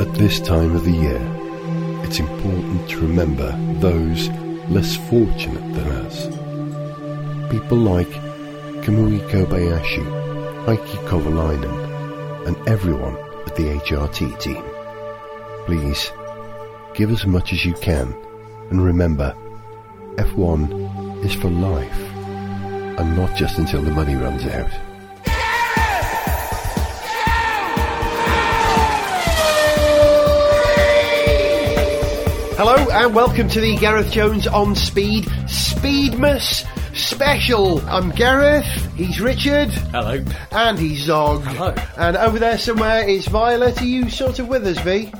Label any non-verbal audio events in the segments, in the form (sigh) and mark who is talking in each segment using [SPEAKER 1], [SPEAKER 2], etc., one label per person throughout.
[SPEAKER 1] At this time of the year, it's important to remember those less fortunate than us. People like Kamui Kobayashi, Heikki Kovalainen, and everyone at the HRT team. Please, give as much as you can, and remember, F1 is for life, and not just until the money runs out.
[SPEAKER 2] Hello and welcome to the Gareth Jones on Speed Speedmas special. I'm Gareth, he's Richard,
[SPEAKER 3] Hello.
[SPEAKER 2] and he's Zog.
[SPEAKER 3] Hello.
[SPEAKER 2] And over there somewhere is Violet. Are you sort of with us, V?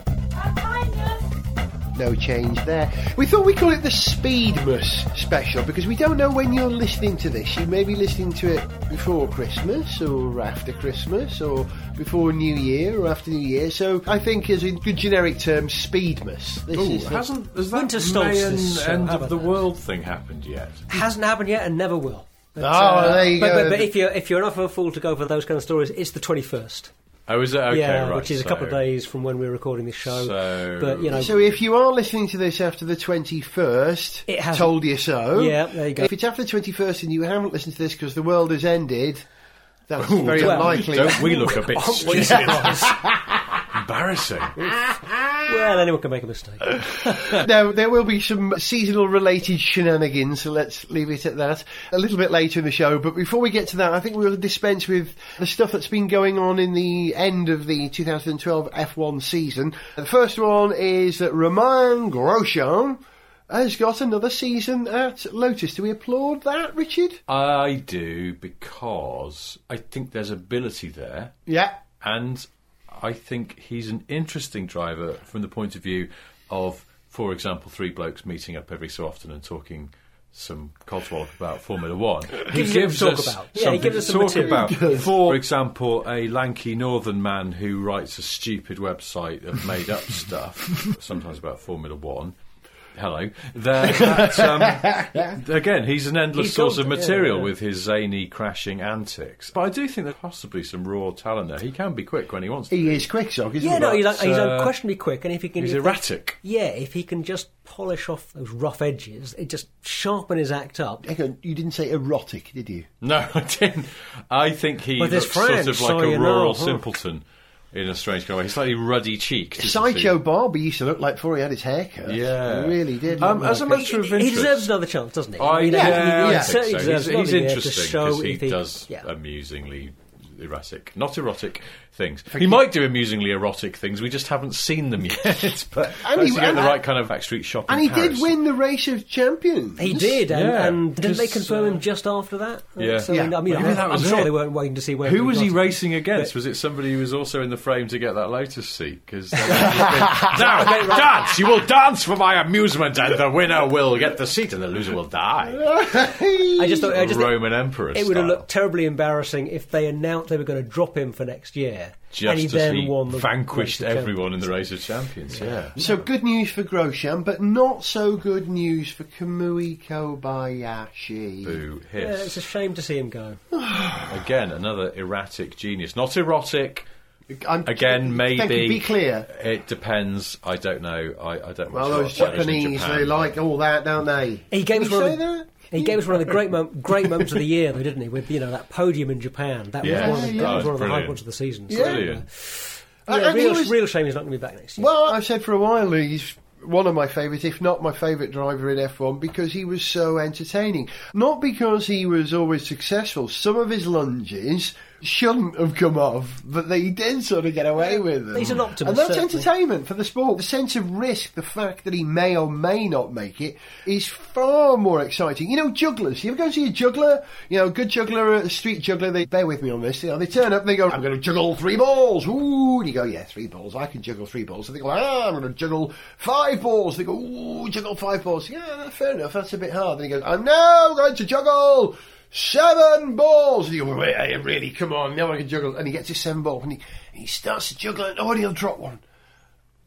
[SPEAKER 2] No change there. We thought we'd call it the Speedmas special because we don't know when you're listening to this. You may be listening to it before Christmas or after Christmas or before New Year or after New Year. So I think as a good generic term, Speedmas. This
[SPEAKER 3] Ooh,
[SPEAKER 2] is the-
[SPEAKER 3] hasn't has that
[SPEAKER 4] Winter
[SPEAKER 3] May
[SPEAKER 4] solstice,
[SPEAKER 3] and
[SPEAKER 4] so
[SPEAKER 3] end
[SPEAKER 4] how
[SPEAKER 3] of
[SPEAKER 4] about
[SPEAKER 3] the
[SPEAKER 4] that?
[SPEAKER 3] world thing happened yet?
[SPEAKER 4] Hasn't happened yet and never will. But, uh,
[SPEAKER 2] Oh, there you
[SPEAKER 4] but,
[SPEAKER 2] go.
[SPEAKER 4] But, but if you're if you're enough of a fool to go for those kind of stories, it's the twenty first.
[SPEAKER 3] Oh, is it okay?
[SPEAKER 4] yeah,
[SPEAKER 3] right,
[SPEAKER 4] which is a couple of
[SPEAKER 3] so-
[SPEAKER 4] days from when we're recording this show.
[SPEAKER 3] So-
[SPEAKER 4] but you know,
[SPEAKER 2] So if you are listening to this after the 21st,
[SPEAKER 4] It hasn't-
[SPEAKER 2] told you so.
[SPEAKER 4] Yeah, there you go.
[SPEAKER 2] If it's after the 21st and you haven't listened to this because the world has ended, that's very
[SPEAKER 4] well,
[SPEAKER 2] unlikely.
[SPEAKER 3] Don't we look a bit (laughs) stupid? Embarrassing.
[SPEAKER 4] well, anyone can make a mistake.
[SPEAKER 3] Uh,
[SPEAKER 2] Now, there will be some seasonal related shenanigans, so let's leave it at that a little bit later in the show. But before we get to that, I think we'll dispense with the stuff that's been going on in the end of the 2012 F1 season. The first one is that Romain Grosjean has got another season at Lotus. Do we applaud that, Richard?
[SPEAKER 3] I do because I think there's ability there,
[SPEAKER 2] Yeah.
[SPEAKER 3] and I think he's an interesting driver from the point of view of, for example, three blokes meeting up every so often and talking. Some codswallop about Formula One. He
[SPEAKER 4] Gives you something to talk about. Yeah, he
[SPEAKER 3] something
[SPEAKER 4] gives
[SPEAKER 3] to
[SPEAKER 4] us some
[SPEAKER 3] talk
[SPEAKER 4] material.
[SPEAKER 3] about. For example, a lanky northern man who writes a stupid website of made up
[SPEAKER 4] (laughs)
[SPEAKER 3] stuff, sometimes about Formula One. Hello. There, that,
[SPEAKER 4] (laughs)
[SPEAKER 3] um, again, he's an endless
[SPEAKER 4] He's
[SPEAKER 3] source
[SPEAKER 4] got-
[SPEAKER 3] of
[SPEAKER 4] yeah,
[SPEAKER 3] material
[SPEAKER 4] yeah.
[SPEAKER 3] with his zany crashing antics. But I do think there's possibly some raw talent there. He can be quick when he wants to.
[SPEAKER 2] He is quick, Zog, isn't
[SPEAKER 4] yeah,
[SPEAKER 2] he?
[SPEAKER 4] no, he's, like,
[SPEAKER 3] But,
[SPEAKER 4] he's
[SPEAKER 3] uh,
[SPEAKER 4] unquestionably quick, and if he can,
[SPEAKER 3] He's
[SPEAKER 4] if-
[SPEAKER 3] erratic. (laughs)
[SPEAKER 4] yeah, if he can just polish off those rough edges, it just sharpen his act up.
[SPEAKER 2] Hang on, you didn't say erotic, did you?
[SPEAKER 3] No, I didn't. I think he
[SPEAKER 4] Well, there's
[SPEAKER 3] looks sort
[SPEAKER 4] French,
[SPEAKER 3] of
[SPEAKER 4] so
[SPEAKER 3] like a
[SPEAKER 4] you know,
[SPEAKER 3] rural
[SPEAKER 4] huh?
[SPEAKER 3] simpleton in a strange kind of way. He's slightly ruddy cheeked.
[SPEAKER 2] Sideshow Barbie used to look like before he had his haircut.
[SPEAKER 3] Yeah.
[SPEAKER 2] He really did.
[SPEAKER 3] Um,
[SPEAKER 2] look
[SPEAKER 3] as a
[SPEAKER 2] like
[SPEAKER 3] matter of
[SPEAKER 4] He- He
[SPEAKER 3] interest-
[SPEAKER 4] deserves another chance, doesn't he?
[SPEAKER 3] I,
[SPEAKER 4] mean,
[SPEAKER 3] yeah,
[SPEAKER 4] he, he
[SPEAKER 3] I
[SPEAKER 4] certainly
[SPEAKER 3] think so.
[SPEAKER 4] deserves
[SPEAKER 3] He's, he's
[SPEAKER 4] another year
[SPEAKER 3] interesting
[SPEAKER 4] to show
[SPEAKER 3] because he,
[SPEAKER 4] if he
[SPEAKER 3] does
[SPEAKER 4] yeah.
[SPEAKER 3] amusingly erratic, not erotic things. He might do amusingly erotic things. We just haven't seen them (laughs) yet. but
[SPEAKER 2] And
[SPEAKER 3] and
[SPEAKER 2] he-
[SPEAKER 3] he, get
[SPEAKER 2] and-
[SPEAKER 3] the right kind of backstreet shop.
[SPEAKER 2] And
[SPEAKER 3] in
[SPEAKER 2] he
[SPEAKER 3] Paris.
[SPEAKER 2] did win the race of champions.
[SPEAKER 4] He did, and,
[SPEAKER 3] Yeah,
[SPEAKER 4] and didn't they
[SPEAKER 3] because,
[SPEAKER 4] confirm
[SPEAKER 3] uh,
[SPEAKER 4] him just after that?
[SPEAKER 3] Yeah.
[SPEAKER 4] So,
[SPEAKER 2] Yeah.
[SPEAKER 4] I mean,
[SPEAKER 3] Maybe
[SPEAKER 4] I'm,
[SPEAKER 3] that
[SPEAKER 4] I'm
[SPEAKER 3] was
[SPEAKER 4] sure
[SPEAKER 3] it.
[SPEAKER 4] they weren't waiting to see where
[SPEAKER 3] Who was he
[SPEAKER 4] got.
[SPEAKER 3] racing against? Was it somebody who was also in the frame to get that Lotus seat? Because now dance, you will dance for my amusement, and the winner will get the seat, and the loser will die.
[SPEAKER 4] I just thought I just think
[SPEAKER 3] Roman emperor.
[SPEAKER 4] it would
[SPEAKER 3] style.
[SPEAKER 4] have looked terribly embarrassing if they announced they were going to drop him for next year,
[SPEAKER 3] just
[SPEAKER 4] and he
[SPEAKER 3] as
[SPEAKER 4] then
[SPEAKER 3] he
[SPEAKER 4] won the
[SPEAKER 3] vanquished
[SPEAKER 4] Race of
[SPEAKER 3] everyone in the race of champions. Yeah.
[SPEAKER 2] So good news for Grosjean, but not so good news for Kamui Kobayashi.
[SPEAKER 3] Boo
[SPEAKER 4] Champions. Yeah,
[SPEAKER 3] hiss.
[SPEAKER 4] it's a shame to see him go.
[SPEAKER 3] Again, another erratic genius. Not erotic.
[SPEAKER 2] I'm-
[SPEAKER 3] Again, maybe.
[SPEAKER 2] Thank you, be clear.
[SPEAKER 3] It depends. I don't know. I, I don't.
[SPEAKER 2] Well,
[SPEAKER 3] watch a lot
[SPEAKER 2] those
[SPEAKER 3] of television in
[SPEAKER 2] Japanese,
[SPEAKER 3] Japan,
[SPEAKER 2] they
[SPEAKER 3] but-
[SPEAKER 2] like all that, don't they?
[SPEAKER 4] He gave
[SPEAKER 2] Did
[SPEAKER 4] us one
[SPEAKER 2] say
[SPEAKER 4] of the,
[SPEAKER 2] that?
[SPEAKER 4] he gave us one of the great mom, great moments of the year, though, didn't he? With you know that podium in Japan, that
[SPEAKER 3] Yeah.
[SPEAKER 4] was one of the,
[SPEAKER 3] Yeah,
[SPEAKER 4] that was
[SPEAKER 3] yeah.
[SPEAKER 4] one of the high
[SPEAKER 3] Brilliant.
[SPEAKER 4] points of the season. So, uh,
[SPEAKER 3] Brilliant.
[SPEAKER 4] yeah,
[SPEAKER 2] And he
[SPEAKER 4] real,
[SPEAKER 2] was-
[SPEAKER 4] real shame he's not going to be back next year.
[SPEAKER 2] Well, I've said for a while he's one of my favourites, if not my favourite driver in F1, because he was so entertaining. Not because he was always successful. Some of his lunges shouldn't have come off, but they did sort of get away with them.
[SPEAKER 4] He's an optimist,
[SPEAKER 2] And that's
[SPEAKER 4] certainly.
[SPEAKER 2] entertainment for the sport. The sense of risk, the fact that he may or may not make it, is far more exciting. You know, jugglers. You ever go and see a juggler? You know, a good juggler, a street juggler, they bear with me on this. You know, they turn up and they go, I'm going to juggle three balls. Ooh, and you go, yeah, three balls. I can juggle three balls. And they go, ah, I'm going to juggle five balls. They go, ooh, juggle five balls. Yeah, that's fair enough. That's a bit hard. Then he goes, I'm now going to juggle seven balls. And you go, wait, hey, really, come on, now I can juggle. And he gets his seven balls and he, he starts to juggle and oh, and he'll drop one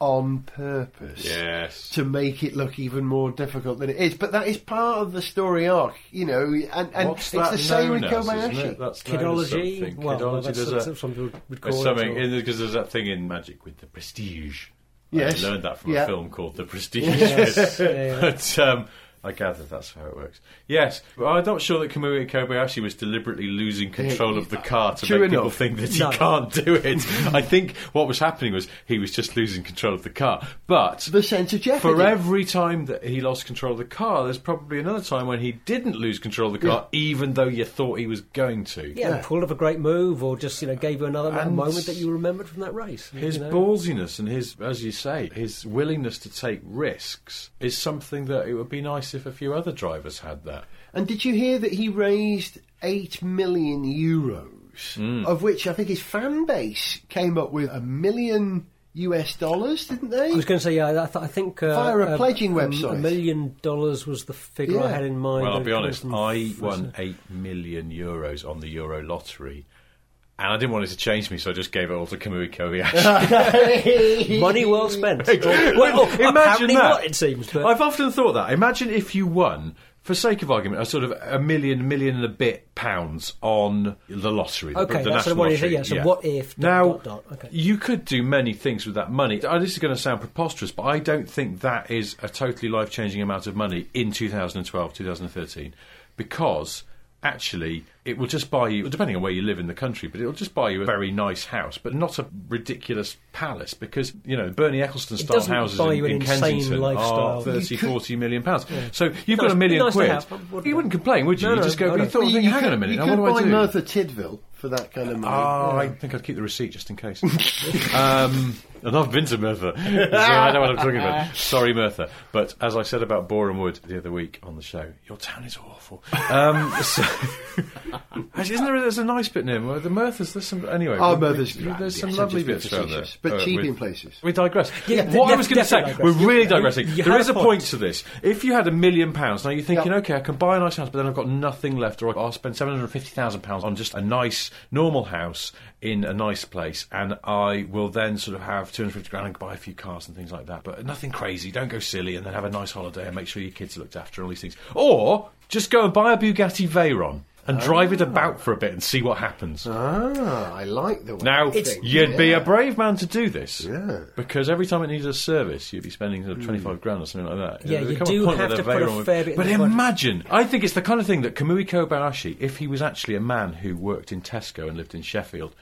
[SPEAKER 2] on purpose
[SPEAKER 3] Yes.
[SPEAKER 2] to make it look even more difficult than it is. But that is part of the story arc, you know, and, and it's the same with
[SPEAKER 3] known as, isn't
[SPEAKER 2] Kobayashi.
[SPEAKER 3] it? That's known as
[SPEAKER 4] Kidology,
[SPEAKER 3] something.
[SPEAKER 4] well,
[SPEAKER 3] Kidology,
[SPEAKER 4] that's,
[SPEAKER 3] there's
[SPEAKER 4] that's
[SPEAKER 3] a-
[SPEAKER 4] what some people would call
[SPEAKER 3] There's
[SPEAKER 4] it,
[SPEAKER 3] something
[SPEAKER 4] or-
[SPEAKER 3] because there's that thing in magic with the prestige.
[SPEAKER 2] Yes.
[SPEAKER 3] I learned that from
[SPEAKER 2] Yeah.
[SPEAKER 3] a film called The Prestige.
[SPEAKER 4] Yes. yeah,
[SPEAKER 3] (laughs)
[SPEAKER 4] yeah.
[SPEAKER 3] but um, I gather that's how it works. Yes, but I'm not sure that Kamui Kobayashi was deliberately losing control of the car to
[SPEAKER 2] True
[SPEAKER 3] make people
[SPEAKER 2] enough.
[SPEAKER 3] think that he
[SPEAKER 4] No.
[SPEAKER 3] can't do it. (laughs) I think what was happening was he was just losing control of the car. But
[SPEAKER 2] The sense of jeopardy.
[SPEAKER 3] for every time that he lost control of the car, there's probably another time when he didn't lose control of the car, even though you thought he was going to.
[SPEAKER 4] Yeah, and pulled off a great move, or just you know gave you another
[SPEAKER 3] And-
[SPEAKER 4] moment that you remembered from that race.
[SPEAKER 3] His
[SPEAKER 4] you know?
[SPEAKER 3] ballsiness and his, as you say, his willingness to take risks is something that it would be nice if a few other drivers had that.
[SPEAKER 2] And did you hear that he raised 8 million euros,
[SPEAKER 3] Hmm.
[SPEAKER 2] of which I think his fan base came up with a million US dollars, didn't they?
[SPEAKER 4] I was going to say, yeah, I, th- I think uh,
[SPEAKER 2] Via a
[SPEAKER 4] uh,
[SPEAKER 2] pledging
[SPEAKER 4] a m-
[SPEAKER 2] website.
[SPEAKER 4] A million dollars was the figure I
[SPEAKER 2] Yeah.
[SPEAKER 4] had in mind.
[SPEAKER 3] Well, I'll
[SPEAKER 4] that
[SPEAKER 3] be
[SPEAKER 4] it came
[SPEAKER 3] honest.
[SPEAKER 4] from
[SPEAKER 3] I
[SPEAKER 4] Fraser.
[SPEAKER 3] won eight million euros on the Euro lottery, and I didn't want it to change me, so I just gave it all to Kamui Kobayashi.
[SPEAKER 2] (laughs)
[SPEAKER 4] (laughs) money
[SPEAKER 3] (laughs)
[SPEAKER 4] well spent. Or- well, apparently not. It seems, but
[SPEAKER 3] I've often thought that. Imagine if you won, for sake of argument, a sort of a million, million and a bit pounds on the lottery. the-
[SPEAKER 4] Okay,
[SPEAKER 3] the
[SPEAKER 4] that's
[SPEAKER 3] national
[SPEAKER 4] what it is,
[SPEAKER 3] lottery.
[SPEAKER 4] yeah, so what if dot,
[SPEAKER 3] now
[SPEAKER 4] dot, dot, okay.
[SPEAKER 3] you could do many things with that money. Uh, This is going to sound preposterous, but I don't think that is a totally life changing amount of money in 2012, 2013, because actually it will just buy you, depending on where you live in the country, but it'll just buy you a very nice house, but not a ridiculous palace, because, you know, Bernie Ecclestone style
[SPEAKER 4] doesn't
[SPEAKER 3] houses
[SPEAKER 4] buy
[SPEAKER 3] in,
[SPEAKER 4] you an
[SPEAKER 3] in
[SPEAKER 4] insane
[SPEAKER 3] Kensington
[SPEAKER 4] lifestyle.
[SPEAKER 3] are 30,
[SPEAKER 2] You could-
[SPEAKER 3] 40 million pounds. So you've
[SPEAKER 4] No,
[SPEAKER 3] got
[SPEAKER 4] it's
[SPEAKER 3] a million
[SPEAKER 4] nice to
[SPEAKER 3] quid.
[SPEAKER 4] have, but wouldn't
[SPEAKER 3] you
[SPEAKER 4] it?
[SPEAKER 3] wouldn't complain, would you?
[SPEAKER 4] No,
[SPEAKER 3] you
[SPEAKER 4] no,
[SPEAKER 3] just go,
[SPEAKER 4] no,
[SPEAKER 3] you
[SPEAKER 4] no.
[SPEAKER 3] thought,
[SPEAKER 2] Well,
[SPEAKER 3] think, hang on a minute,
[SPEAKER 2] you
[SPEAKER 3] now
[SPEAKER 2] could
[SPEAKER 3] what do I
[SPEAKER 2] buy
[SPEAKER 3] do?
[SPEAKER 2] Martha Tidville for that kind of money.
[SPEAKER 3] Oh, I think I'd keep the receipt just in case. (laughs) um, and I've been to
[SPEAKER 4] (laughs)
[SPEAKER 3] Merthyr, so I know what I'm talking about. Sorry, Merthyr. But as I said about Boreham Wood the other week on the show, your town is awful. Um, (laughs) so, actually, isn't there? There's a nice bit near Mer- the Merthyr's. There's some anyway.
[SPEAKER 2] Oh,
[SPEAKER 3] we-
[SPEAKER 2] Merthyr's
[SPEAKER 3] we-
[SPEAKER 2] grand,
[SPEAKER 3] There's some
[SPEAKER 2] yes, I'm
[SPEAKER 3] lovely
[SPEAKER 2] just being
[SPEAKER 3] bits around there,
[SPEAKER 2] facetious, but
[SPEAKER 3] Uh,
[SPEAKER 2] cheap
[SPEAKER 3] with-
[SPEAKER 2] in places.
[SPEAKER 3] We digress.
[SPEAKER 4] Yeah,
[SPEAKER 3] what I
[SPEAKER 4] def-
[SPEAKER 3] was going to say,
[SPEAKER 4] definitely
[SPEAKER 3] we're
[SPEAKER 4] digress.
[SPEAKER 3] really
[SPEAKER 4] You-
[SPEAKER 3] digressing.
[SPEAKER 4] you
[SPEAKER 3] there
[SPEAKER 4] had
[SPEAKER 3] is
[SPEAKER 4] a
[SPEAKER 3] a point to this. If you had a million pounds, now you're thinking,
[SPEAKER 2] Yeah.
[SPEAKER 3] okay, I can buy a nice house, but then I've got nothing left, or I'll spend seven hundred fifty thousand pounds on just a nice, normal house in a nice place, and I will then sort of have two hundred fifty grand and buy a few cars and things like that, but nothing crazy. Don't go silly, and then have a nice holiday and make sure your kids are looked after and all these things, or just go and buy a Bugatti Veyron. And drive it about for a bit and see what happens.
[SPEAKER 2] Ah, I like the way.
[SPEAKER 3] Now,
[SPEAKER 2] you think.
[SPEAKER 3] you'd be
[SPEAKER 2] Yeah.
[SPEAKER 3] a brave man to do this.
[SPEAKER 2] Yeah.
[SPEAKER 3] Because every time it needs a service, you'd be spending sort of 25 grand or something like that.
[SPEAKER 4] Yeah,
[SPEAKER 3] there'd
[SPEAKER 4] you
[SPEAKER 3] come a
[SPEAKER 4] do
[SPEAKER 3] point
[SPEAKER 4] have
[SPEAKER 3] where
[SPEAKER 4] to
[SPEAKER 3] they're
[SPEAKER 4] put a
[SPEAKER 3] very wrong-
[SPEAKER 4] fair bit in
[SPEAKER 3] But
[SPEAKER 4] the budget.
[SPEAKER 3] imagine, I think it's the kind of thing that Kamui Kobayashi, if he was actually a man who worked in Tesco and lived in Sheffield,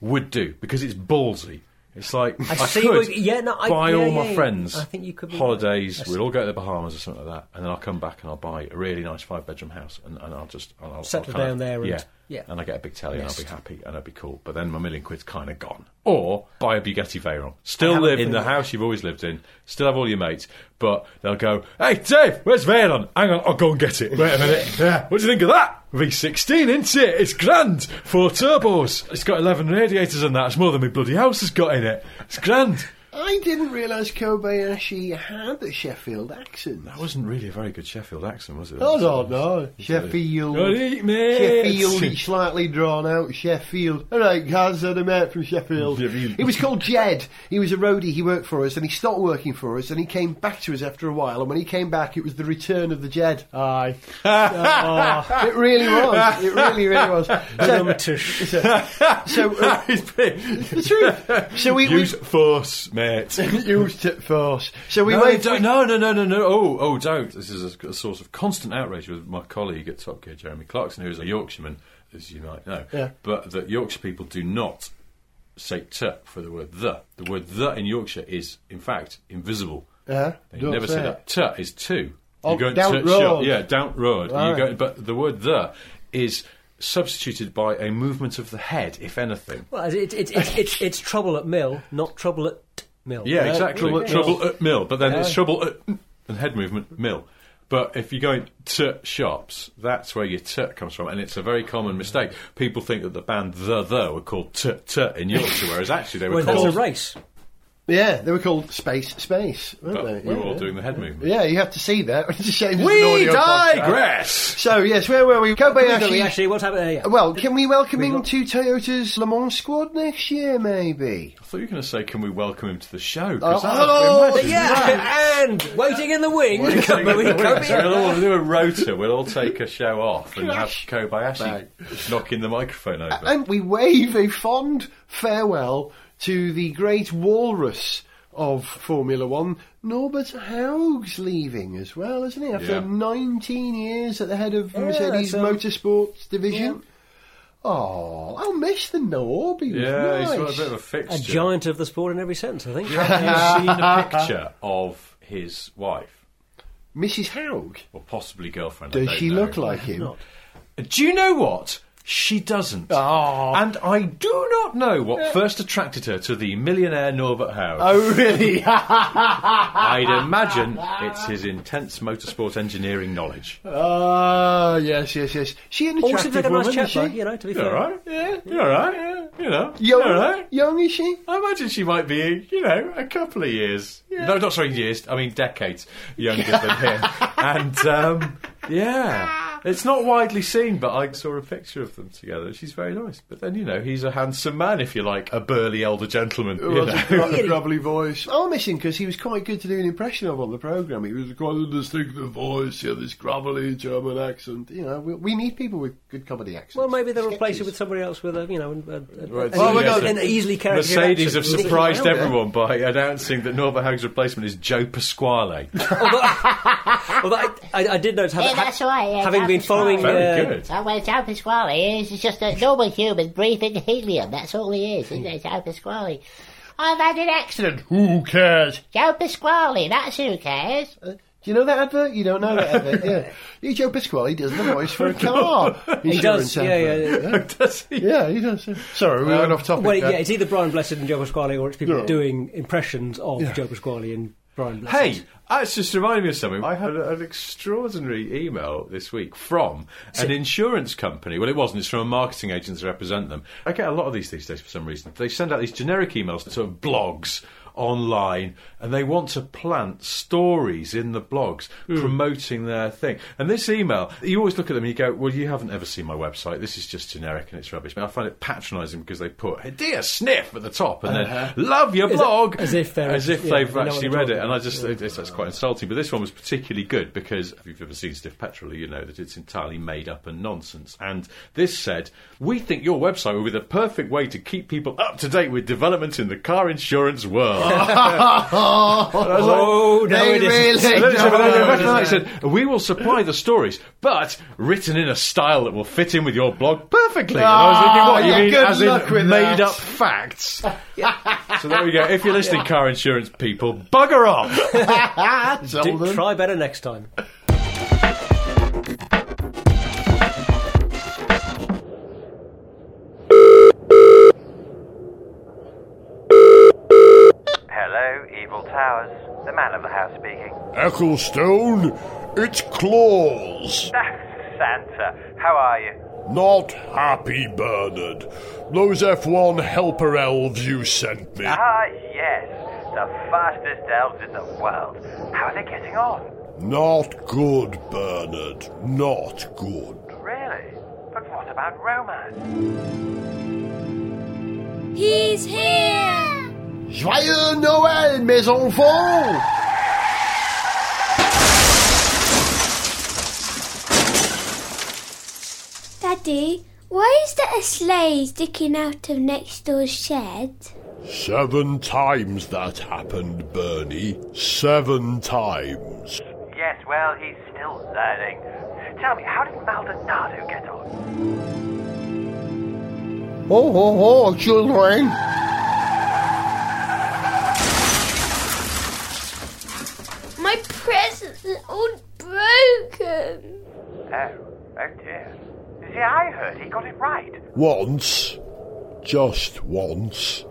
[SPEAKER 3] would do because it's ballsy. It's like I,
[SPEAKER 4] see
[SPEAKER 3] could
[SPEAKER 4] what- yeah, no, I-
[SPEAKER 3] buy
[SPEAKER 4] yeah,
[SPEAKER 3] all
[SPEAKER 4] yeah,
[SPEAKER 3] my
[SPEAKER 4] yeah.
[SPEAKER 3] friends
[SPEAKER 4] I think you could be right.
[SPEAKER 3] holidays.
[SPEAKER 4] I see.
[SPEAKER 3] We'll all go to the Bahamas or something like that, and then I'll come back and I'll buy a really nice five bedroom house, and, and I'll just and I'll
[SPEAKER 4] Settle
[SPEAKER 3] I'll kinda-
[SPEAKER 4] down there and-
[SPEAKER 3] yeah,
[SPEAKER 4] yeah.
[SPEAKER 3] and I get a big telly
[SPEAKER 4] Nest.
[SPEAKER 3] and I'll be happy and I'll be cool. But then my million quid's kind of gone. Or buy a Bugatti Veyron. Still live in the house you've always lived in. Still have all your mates. But they'll go, hey, Dave, where's Veyron? Hang on, I'll go and get it. Wait a minute. Yeah. What do you think of that? V16, isn't it? It's grand. Four turbos. It's got 11 radiators and that. It's more than my bloody house has got in it. It's grand.
[SPEAKER 2] I didn't realise Kobayashi had a Sheffield accent.
[SPEAKER 3] That wasn't really a very good Sheffield accent, was it?
[SPEAKER 2] Oh no, no. Sheffield.
[SPEAKER 3] Good eat, mate. (laughs)
[SPEAKER 2] Sheffield, he's slightly drawn out. Sheffield. All right, guys, I'm a mate from Sheffield.
[SPEAKER 3] Sheffield.
[SPEAKER 2] He was called Jed. He was a roadie. He worked for us, and he stopped working for us, and he came back to us after a while. And when he came back, it was the return of the Jed. Aye.
[SPEAKER 3] Ah.
[SPEAKER 2] (laughs) it really was. It really, really
[SPEAKER 3] (laughs)
[SPEAKER 2] was. So, (laughs) so uh,
[SPEAKER 3] It's been-
[SPEAKER 2] the truth. So we, we
[SPEAKER 3] Use force, mate.
[SPEAKER 2] used it force. So we
[SPEAKER 3] no,
[SPEAKER 2] went.
[SPEAKER 3] don't- no, no, no, no, no. Oh, oh, don't. This is a, a source of constant outrage with my colleague at Top Gear, Jeremy Clarkson, who is a Yorkshireman, as you might know.
[SPEAKER 2] Yeah.
[SPEAKER 3] But that Yorkshire people do not say t for the word the. The word the in Yorkshire is, in fact, invisible.
[SPEAKER 2] Yeah, Uh-huh.
[SPEAKER 3] They
[SPEAKER 2] don't
[SPEAKER 3] never
[SPEAKER 2] say
[SPEAKER 3] say
[SPEAKER 2] it.
[SPEAKER 3] that. T is two.
[SPEAKER 2] Oh,
[SPEAKER 3] You go and
[SPEAKER 2] down
[SPEAKER 3] touch
[SPEAKER 2] road.
[SPEAKER 3] your- Yeah, down road.
[SPEAKER 2] Right.
[SPEAKER 3] You go, but the word the is substituted by a movement of the head, if anything.
[SPEAKER 4] well, it's it's it's it's it's- it's trouble at mill, not trouble at t- mill. Uh,
[SPEAKER 3] Yeah,
[SPEAKER 2] Yeah,
[SPEAKER 3] exactly.
[SPEAKER 2] trouble at
[SPEAKER 3] Trouble at mill, but then it's trouble at and head movement mill. But if you go into shops, that's where your t comes from, and it's a very common mistake. People think that the band the the were called t t in Yorkshire, whereas actually they were
[SPEAKER 4] well, that's a
[SPEAKER 3] called.
[SPEAKER 4] race.
[SPEAKER 2] Yeah, they were called Space Space, weren't
[SPEAKER 3] but
[SPEAKER 2] they?
[SPEAKER 3] we were
[SPEAKER 2] Yeah.
[SPEAKER 3] all doing the head movement.
[SPEAKER 2] Yeah, you have to see that. (laughs) It's a shame. it's an
[SPEAKER 3] We
[SPEAKER 2] audio podcast.
[SPEAKER 3] digress.
[SPEAKER 2] So yes, where were we?
[SPEAKER 4] Actually,
[SPEAKER 2] Kobayashi.
[SPEAKER 4] actually, what's happening? there? Yeah.
[SPEAKER 2] Well, can we welcome him to Toyota's Le Mans squad next year, maybe?
[SPEAKER 3] I thought you were going to say, "Can we welcome him to the
[SPEAKER 2] Oh,
[SPEAKER 3] show?" 'Cause that-
[SPEAKER 2] (laughs) hello!
[SPEAKER 4] But yeah, and waiting in the wing. Come (laughs) on, we come
[SPEAKER 3] So
[SPEAKER 4] in.
[SPEAKER 3] we'll all do a rota. We'll all take a show off and have
[SPEAKER 2] Crash.
[SPEAKER 3] Kobayashi knocking the microphone
[SPEAKER 2] Uh,
[SPEAKER 3] over.
[SPEAKER 2] And we wave a fond farewell to the great walrus of Formula One. Norbert Haug's leaving as well, isn't he? After
[SPEAKER 3] Yeah.
[SPEAKER 2] 19 years at the head of
[SPEAKER 4] Yeah,
[SPEAKER 2] Mercedes
[SPEAKER 4] that's, um,
[SPEAKER 2] Motorsports Division. Oh, I'll miss the Norb. He was
[SPEAKER 3] Yeah, he's
[SPEAKER 2] nice.
[SPEAKER 3] got a bit of a fixture.
[SPEAKER 4] A giant of the sport in every sense, I think.
[SPEAKER 3] Have you seen a
[SPEAKER 4] (laughs)
[SPEAKER 3] picture
[SPEAKER 2] Uh,
[SPEAKER 3] of his wife?
[SPEAKER 2] Mrs. Haug.
[SPEAKER 3] Or possibly girlfriend. I
[SPEAKER 2] Does
[SPEAKER 3] don't
[SPEAKER 2] she
[SPEAKER 3] know.
[SPEAKER 2] look like him?
[SPEAKER 4] Not.
[SPEAKER 3] Do you know what? She doesn't.
[SPEAKER 2] Oh. (laughs)
[SPEAKER 3] And I do not know what first attracted her to the millionaire Norbert Howe.
[SPEAKER 2] Oh, really? (laughs) Ah.
[SPEAKER 3] I'd imagine it's his intense motorsport
[SPEAKER 2] (laughs)
[SPEAKER 3] engineering knowledge.
[SPEAKER 2] Ah, yes, yes, yes. She an
[SPEAKER 4] Also,
[SPEAKER 2] attractive
[SPEAKER 4] took a
[SPEAKER 2] woman,
[SPEAKER 4] nice
[SPEAKER 2] is
[SPEAKER 4] chat,
[SPEAKER 2] she?
[SPEAKER 4] like, you know, to be
[SPEAKER 3] You're
[SPEAKER 4] fair.
[SPEAKER 3] alright, yeah. You're alright, yeah. You know.
[SPEAKER 2] Young,
[SPEAKER 3] You're alright.
[SPEAKER 2] young is she?
[SPEAKER 3] I imagine she might be, you know, a couple of years. No, not sorry, years. I mean, decades younger
[SPEAKER 4] (laughs)
[SPEAKER 3] than him. And um, yeah, it's not widely seen, but I saw a picture of them together. She's very nice. But then, you know, he's a handsome man, if you like, a burly elder gentleman. You
[SPEAKER 4] (laughs)
[SPEAKER 2] Roger
[SPEAKER 3] know. (laughs)
[SPEAKER 2] Gro- grubbly voice. I'll miss him because he was quite good to do an impression of on the programme. He was quite a distinctive voice, yeah, this gravelly German accent. You know, we, we need people with good comedy accents.
[SPEAKER 4] Well, maybe they'll replace it
[SPEAKER 2] Sketches.
[SPEAKER 4] with somebody else with a, you know, a, a, a,
[SPEAKER 3] Right,
[SPEAKER 4] an
[SPEAKER 3] so
[SPEAKER 4] easy-
[SPEAKER 3] yes,
[SPEAKER 4] an
[SPEAKER 3] uh,
[SPEAKER 4] easily carried
[SPEAKER 3] Mercedes have
[SPEAKER 4] action.
[SPEAKER 3] surprised
[SPEAKER 4] Nicky Lauda.
[SPEAKER 3] everyone by announcing that Norbert Haug's replacement is Joe Pasquale.
[SPEAKER 4] (laughs) Although I, I, I did notice, having,
[SPEAKER 5] Yeah, that's right, yeah,
[SPEAKER 4] having
[SPEAKER 5] that's
[SPEAKER 4] been
[SPEAKER 5] right.
[SPEAKER 4] following,
[SPEAKER 3] Very
[SPEAKER 4] uh,
[SPEAKER 3] good.
[SPEAKER 5] So, well, Joe Pasquale is just a normal human breathing helium. That's all he Oh, is, isn't it? Joe Pasquale. I've had an accident.
[SPEAKER 2] Who cares?
[SPEAKER 5] Joe Pasquale, that's who cares.
[SPEAKER 2] Do you know that advert? You don't know that advert,
[SPEAKER 4] (laughs)
[SPEAKER 2] yeah. You Joe Pasquale does the voice (laughs) for a car.
[SPEAKER 4] he does, yeah, yeah, yeah.
[SPEAKER 3] (laughs) Does he?
[SPEAKER 2] Yeah, he does. yeah. Sorry, we went off topic.
[SPEAKER 4] Well, yeah,
[SPEAKER 2] there.
[SPEAKER 4] it's either Brian Blessed and Joe Pasquale, or it's people
[SPEAKER 2] Yeah.
[SPEAKER 4] doing impressions of Joe Pasquale and Brian Blessed.
[SPEAKER 3] Hey, that's just reminded me of something. I had a- an extraordinary email this week from an insurance company. Well, it wasn't. It's from a marketing agent that represent them. I get a lot of these these days for some reason. They send out these generic emails, sort of blogs online, and they want to plant stories in the blogs
[SPEAKER 4] Hmm.
[SPEAKER 3] promoting their thing. And this email, you always look at them and you go, well, you haven't ever seen my website. This is just generic and it's rubbish. And I find it patronising because they put, hey, dear Sniff at the top and then, love your blog.
[SPEAKER 4] Uh-huh. as if they're-
[SPEAKER 3] As if
[SPEAKER 4] yeah,
[SPEAKER 3] they've
[SPEAKER 4] they know what
[SPEAKER 3] actually
[SPEAKER 4] they're
[SPEAKER 3] read it.
[SPEAKER 4] talking
[SPEAKER 3] And I just, it's, that's quite insulting. But this one was particularly good because if you've ever seen Stiff Petrol, you know that it's entirely made up and nonsense. And this said, we think your website will be the perfect way to keep people up to date with developments in the car
[SPEAKER 2] (laughs)
[SPEAKER 3] insurance world.
[SPEAKER 4] oh, no,
[SPEAKER 2] They
[SPEAKER 4] it isn't.
[SPEAKER 2] really
[SPEAKER 3] And then
[SPEAKER 2] don't
[SPEAKER 3] it said- and then
[SPEAKER 2] know,
[SPEAKER 3] it went
[SPEAKER 2] do
[SPEAKER 3] on,
[SPEAKER 2] they?
[SPEAKER 3] it
[SPEAKER 2] (laughs)
[SPEAKER 3] said, we will supply the stories, but written in a style that will fit in with your blog perfectly. And I was thinking,
[SPEAKER 2] Ah,
[SPEAKER 3] what, you
[SPEAKER 2] yeah,
[SPEAKER 3] mean
[SPEAKER 2] good
[SPEAKER 3] as
[SPEAKER 2] luck with
[SPEAKER 3] in made
[SPEAKER 2] that. (laughs)
[SPEAKER 3] up facts? so there we go. If you're listening, car insurance people, bugger off.
[SPEAKER 4] Do-
[SPEAKER 2] Zeldin.
[SPEAKER 4] try better next time.
[SPEAKER 6] Hello, Evil Towers. The man of the house speaking. (laughs)
[SPEAKER 7] Ecclestone, it's Claus.
[SPEAKER 6] Santa, how are you?
[SPEAKER 7] Not happy, Bernard. Those F1 helper elves you sent me.
[SPEAKER 6] Ah, yes, the fastest elves in the world. How are they getting on?
[SPEAKER 7] Not good, Bernard. Not good.
[SPEAKER 6] Really? But what about romance?
[SPEAKER 8] He's here!
[SPEAKER 2] Joyeux Noël, mes enfants!
[SPEAKER 8] Daddy, why is there a sleigh sticking out of next door's shed?
[SPEAKER 7] Seven times that happened, Bernie. Seven
[SPEAKER 3] (laughs)
[SPEAKER 7] times.
[SPEAKER 6] Yes, well, he's still learning. Tell me, how did Maldonado get on?
[SPEAKER 2] Ho, ho, ho, children!
[SPEAKER 8] My presents are all broken.
[SPEAKER 6] Oh, oh dear. You see, I heard he got it right.
[SPEAKER 7] Once. Just once.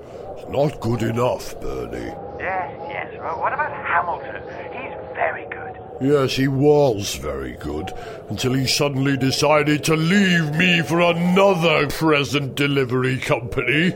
[SPEAKER 7] Not good enough, Bernie.
[SPEAKER 6] Yes, yes. Well, what about Hamilton? He's very good.
[SPEAKER 7] Yes, he was very good until he suddenly decided to leave me for another present delivery company.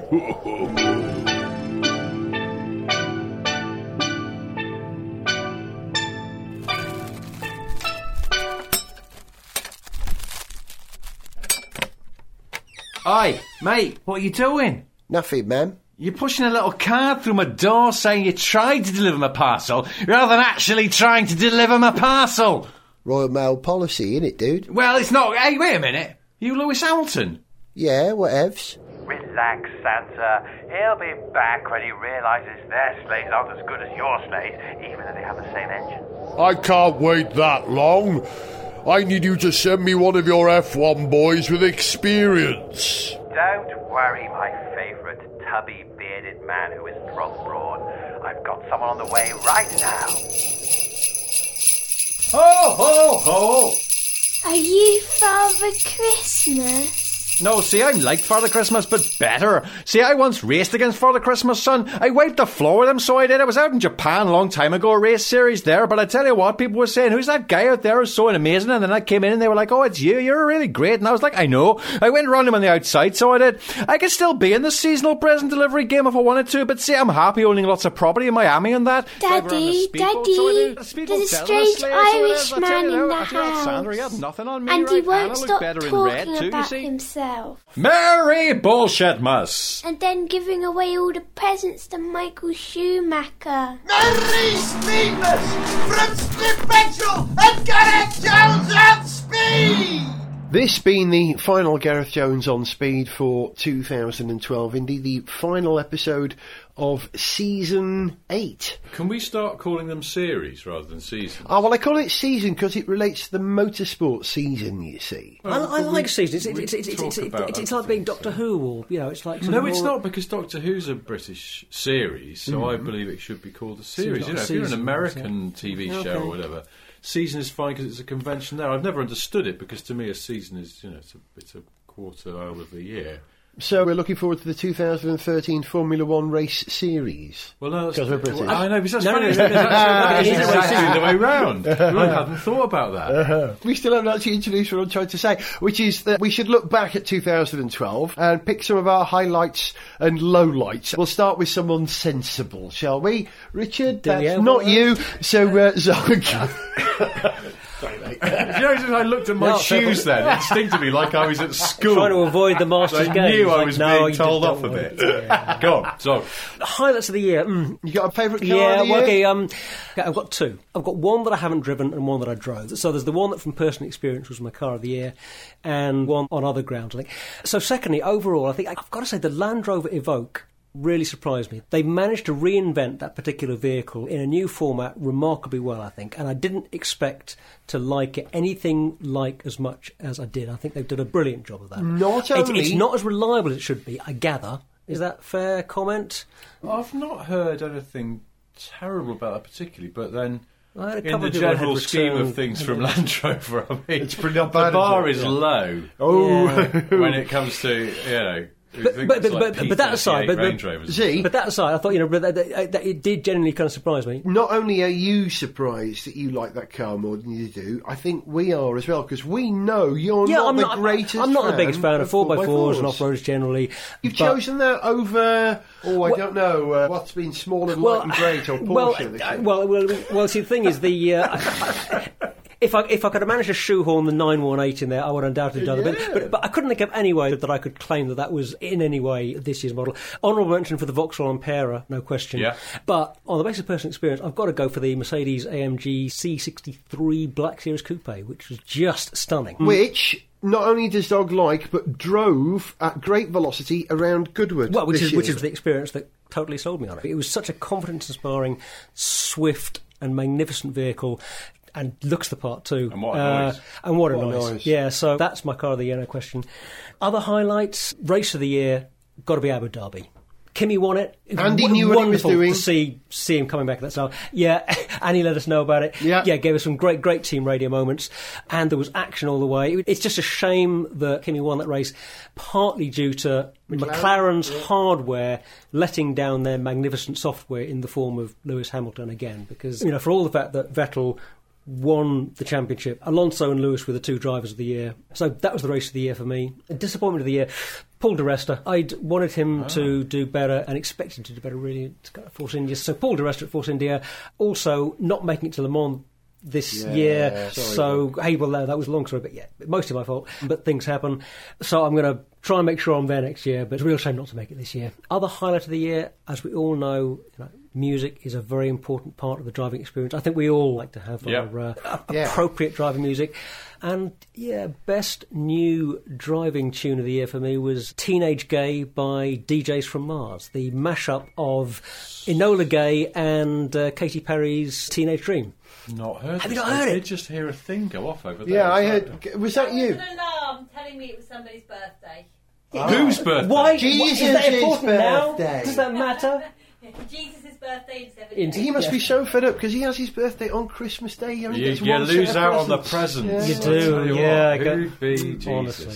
[SPEAKER 3] Oi, mate, what are you doing?
[SPEAKER 2] Nothing, man.
[SPEAKER 3] You're pushing a little card through my door saying you tried to deliver my parcel rather than actually trying to deliver my parcel.
[SPEAKER 2] Royal Mail policy, innit, dude?
[SPEAKER 3] Well, it's not. Hey, wait a minute. You Lewis Hamilton?
[SPEAKER 2] Yeah, whatevs.
[SPEAKER 6] Relax, Santa. He'll be back when he realizes their sleighs aren't as good as your sleighs, even though they have the same engine.
[SPEAKER 7] I can't wait that long. I need you to send me one of your F1 boys with experience.
[SPEAKER 6] Don't worry, my favorite tubby bearded man who is throat broad. I've got someone on the way right now.
[SPEAKER 3] Ho, ho, ho!
[SPEAKER 8] Are you Father Christmas?
[SPEAKER 3] No, see, I'm like Father Christmas, but better. See, I once raced against Father Christmas, son. I wiped the floor with him, so I did. I was out in Japan a long time ago, a race series there, but I tell you what, people were saying, who's that guy out there who's so amazing? And then I came in and they were like, oh, it's you, you're really great. And I was like, I know. I went round him on the outside, so I did. I could still be in the seasonal present delivery game if I wanted to, but see, I'm happy owning lots of property in Miami and that. Driver on the
[SPEAKER 8] Daddy,
[SPEAKER 3] speedboat,
[SPEAKER 8] Daddy,
[SPEAKER 3] so I did. The speedboat
[SPEAKER 8] there's a
[SPEAKER 3] setting the
[SPEAKER 8] strange
[SPEAKER 3] sleigh, so I did.
[SPEAKER 8] Irish
[SPEAKER 3] I tell
[SPEAKER 8] man
[SPEAKER 3] you now,
[SPEAKER 8] in the
[SPEAKER 3] I feel like Sandra, he
[SPEAKER 8] house.
[SPEAKER 3] had nothing on me,
[SPEAKER 8] And
[SPEAKER 3] right?
[SPEAKER 8] he
[SPEAKER 3] Anna
[SPEAKER 8] won't
[SPEAKER 3] looked
[SPEAKER 8] stop
[SPEAKER 3] better in red,
[SPEAKER 8] talking
[SPEAKER 3] too, you
[SPEAKER 8] about
[SPEAKER 3] see.
[SPEAKER 8] himself.
[SPEAKER 3] Merry Bullshitmas!
[SPEAKER 8] And then giving away all the presents to Michael Schumacher.
[SPEAKER 9] Merry Steamers from Split Petrol and Gareth Jones on speed!
[SPEAKER 2] This being the final Gareth Jones on Speed for 2012, indeed the final episode of season eight.
[SPEAKER 3] Can we start calling them series rather than seasons?
[SPEAKER 2] Oh, well, I call it season because it relates to the motorsport season, you see.
[SPEAKER 4] I, I like seasons. It's,
[SPEAKER 3] we
[SPEAKER 4] it's, it's, it's,
[SPEAKER 3] talk
[SPEAKER 4] it's, it's,
[SPEAKER 3] about
[SPEAKER 4] it's, it's
[SPEAKER 3] other
[SPEAKER 4] like being
[SPEAKER 3] things,
[SPEAKER 4] Doctor Who, or you know, it's like sort
[SPEAKER 3] No,
[SPEAKER 4] of
[SPEAKER 3] it's
[SPEAKER 4] more-
[SPEAKER 3] not because Doctor Who's a British series, so I believe it should be called a series.
[SPEAKER 4] Hmm. like
[SPEAKER 3] You know,
[SPEAKER 4] a
[SPEAKER 3] if you're an
[SPEAKER 4] season,
[SPEAKER 3] American TV show
[SPEAKER 4] Okay.
[SPEAKER 3] or whatever, season is fine because it's a convention there. I've never understood it because to me a season is you know it's a it's a quarter out of the year.
[SPEAKER 2] So we're looking forward to the 2013 Formula One race series.
[SPEAKER 3] Well, no, that's-
[SPEAKER 2] 'Cause we're British.
[SPEAKER 3] Well, I know, because that's
[SPEAKER 4] No,
[SPEAKER 3] funny.
[SPEAKER 4] no,
[SPEAKER 3] isn't it?
[SPEAKER 4] no, no,
[SPEAKER 3] That's-
[SPEAKER 4] (laughs) no, no,
[SPEAKER 3] that's
[SPEAKER 4] no, no,
[SPEAKER 3] exactly the way
[SPEAKER 4] (laughs)
[SPEAKER 3] round. I hadn't thought about that.
[SPEAKER 2] We still haven't actually introduced what I'm trying to say, which is that we should look back at 2012 and pick some of our highlights and lowlights. We'll start with someone sensible, shall we? Richard,
[SPEAKER 4] Do we
[SPEAKER 2] that's
[SPEAKER 4] have
[SPEAKER 2] not
[SPEAKER 4] one?
[SPEAKER 2] you, so uh, Zog.
[SPEAKER 3] Do you know, as if I looked at my
[SPEAKER 4] No, but-
[SPEAKER 3] shoes then instinctively, like I was at school.
[SPEAKER 4] Trying to avoid the Masters
[SPEAKER 3] I
[SPEAKER 4] game.
[SPEAKER 3] knew I
[SPEAKER 4] Like,
[SPEAKER 3] was
[SPEAKER 4] no,
[SPEAKER 3] being
[SPEAKER 4] you
[SPEAKER 3] told
[SPEAKER 4] don't
[SPEAKER 3] off a
[SPEAKER 4] want
[SPEAKER 3] bit.
[SPEAKER 4] it. Yeah.
[SPEAKER 3] (laughs) Go on. So,
[SPEAKER 4] Highlights of the year. Mm.
[SPEAKER 2] (laughs) You got a favourite car?
[SPEAKER 4] Yeah,
[SPEAKER 2] of the
[SPEAKER 4] well,
[SPEAKER 2] year?
[SPEAKER 4] okay, um, okay, I've got two. I've got one that I haven't driven and one that I drove. So there's the one that, from personal experience, was my car of the year, and one on other grounds. I think. So, secondly, overall, I think I've got to say the Land Rover Evoque really surprised me. They managed to reinvent that particular vehicle in a new format remarkably well, I think, and I didn't expect to like it anything like as much as I did. I think they did a brilliant job of that.
[SPEAKER 2] Not
[SPEAKER 4] It's- it's
[SPEAKER 2] only-
[SPEAKER 4] not as reliable as it should be, I gather. Is that a fair comment?
[SPEAKER 3] I've not heard anything terrible about that particularly, but then
[SPEAKER 4] I had a
[SPEAKER 3] in
[SPEAKER 4] couple
[SPEAKER 3] the
[SPEAKER 4] of people I
[SPEAKER 3] general
[SPEAKER 4] had
[SPEAKER 3] scheme
[SPEAKER 4] return-
[SPEAKER 3] of things from Land Rover, I mean, it's
[SPEAKER 2] pretty not bad,
[SPEAKER 3] The bar
[SPEAKER 2] is
[SPEAKER 3] is
[SPEAKER 2] it?
[SPEAKER 3] low
[SPEAKER 2] Oh,
[SPEAKER 4] Yeah.
[SPEAKER 3] when it comes to you know. you
[SPEAKER 4] But-
[SPEAKER 3] think
[SPEAKER 4] but-
[SPEAKER 3] it's
[SPEAKER 4] but-
[SPEAKER 3] like
[SPEAKER 4] but- but that aside,
[SPEAKER 3] P38
[SPEAKER 4] but- but-
[SPEAKER 3] Range Rovers.
[SPEAKER 2] see,
[SPEAKER 4] But that aside, I thought you know that, that, that it did generally kind of surprise me.
[SPEAKER 2] not only are you surprised that you like that car more than you do, I think we are as well because we know you're
[SPEAKER 4] Yeah,
[SPEAKER 2] not
[SPEAKER 4] I'm
[SPEAKER 2] the
[SPEAKER 4] not.
[SPEAKER 2] greatest.
[SPEAKER 4] I'm not the biggest fan of four x fours and
[SPEAKER 2] 4x4s.
[SPEAKER 4] off roads generally.
[SPEAKER 2] You've
[SPEAKER 4] but-
[SPEAKER 2] chosen that over, oh, I don't know, uh, what's been small and light and great or Porsche.
[SPEAKER 4] (laughs) well,
[SPEAKER 2] this
[SPEAKER 4] uh,
[SPEAKER 2] year.
[SPEAKER 4] well, well, well. See, the thing is, the uh, (laughs) if I if I could have managed to shoehorn the nine one eight in there, I would undoubtedly have done it. But, but but I couldn't think of any way that I could claim that that was in any way this year's model. Honourable mention for the Vauxhall Ampera, no question.
[SPEAKER 3] Yeah.
[SPEAKER 4] But on the basis of personal experience, I've got to go for the Mercedes AMG C63 Black Series Coupe, which was just stunning.
[SPEAKER 2] Which not only does Dog like, but drove at great velocity around Goodwood.
[SPEAKER 4] Well, which
[SPEAKER 2] this
[SPEAKER 4] is which
[SPEAKER 2] year.
[SPEAKER 4] is the experience that totally sold me on it. It was such a confidence-inspiring, swift, and magnificent vehicle, and looks the part too. Uh,
[SPEAKER 3] And what a noise.
[SPEAKER 4] And what a
[SPEAKER 2] What a
[SPEAKER 4] noise.
[SPEAKER 2] noise.
[SPEAKER 4] Yeah. So that's my car of the year. No question. Other highlights: race of the year, got to be Abu Dhabi. Kimmy won it. It was
[SPEAKER 2] Andy
[SPEAKER 4] wo-
[SPEAKER 2] knew what he was
[SPEAKER 4] wonderful
[SPEAKER 2] doing.
[SPEAKER 4] To see see him coming back at that style. Yeah, (laughs) and he let us know about it.
[SPEAKER 2] Yeah.
[SPEAKER 4] yeah, gave us some great great team radio moments, and there was action all the way. It- It's just a shame that Kimmy won that race, partly due to McLaren's hardware letting down their magnificent software in the form of Lewis Hamilton again. Because, you know, for all the fact that Vettel won the championship, Alonso and Lewis were the two drivers of the year. So that was the race of the year for me. A disappointment of the year. Paul De Resta. I'd wanted him to do better and expected him to do better, really, to go to Force India. So Paul De Resta at Force India, also not making it to Le Mans this
[SPEAKER 2] Yeah,
[SPEAKER 4] year.
[SPEAKER 2] sorry,
[SPEAKER 4] so, hey, well, no, that was a long story, but yeah, mostly my fault. But things happen. So I'm going to try and make sure I'm there next year, but it's a real shame not to make it this year. Other highlight of the year, as we all know, you know music is a very important part of the driving experience. I think we all like to have
[SPEAKER 3] Yeah.
[SPEAKER 4] our uh, a-
[SPEAKER 2] Yeah.
[SPEAKER 4] appropriate driving music. And yeah, best new driving tune of the year for me was Teenage Gay by DJs from Mars, the mashup of Enola Gay and uh, Katy Perry's Teenage Dream.
[SPEAKER 3] Not heard. this.
[SPEAKER 4] Have you not heard
[SPEAKER 3] I
[SPEAKER 4] it?
[SPEAKER 3] did just hear a thing go off over there.
[SPEAKER 2] Yeah, I
[SPEAKER 3] Is that-
[SPEAKER 2] heard. Was that you?
[SPEAKER 10] an alarm telling me it was somebody's birthday. (laughs)
[SPEAKER 3] Whose birthday?
[SPEAKER 4] Why
[SPEAKER 2] Jesus'
[SPEAKER 4] is that important
[SPEAKER 2] birthday.
[SPEAKER 4] now? Does that matter?
[SPEAKER 10] Jesus' birthday in seven
[SPEAKER 4] In-
[SPEAKER 10] days.
[SPEAKER 2] He must
[SPEAKER 4] Yeah.
[SPEAKER 2] be so fed up because he has his birthday on Christmas Day. He only
[SPEAKER 3] You,
[SPEAKER 2] gets
[SPEAKER 3] you
[SPEAKER 2] one set
[SPEAKER 3] lose
[SPEAKER 2] of
[SPEAKER 3] out on the
[SPEAKER 2] presents.
[SPEAKER 3] presents.
[SPEAKER 4] You
[SPEAKER 3] I
[SPEAKER 4] do,
[SPEAKER 3] tell you
[SPEAKER 4] yeah, I
[SPEAKER 3] What,
[SPEAKER 4] go-
[SPEAKER 3] who'd be Jesus?
[SPEAKER 4] Honestly.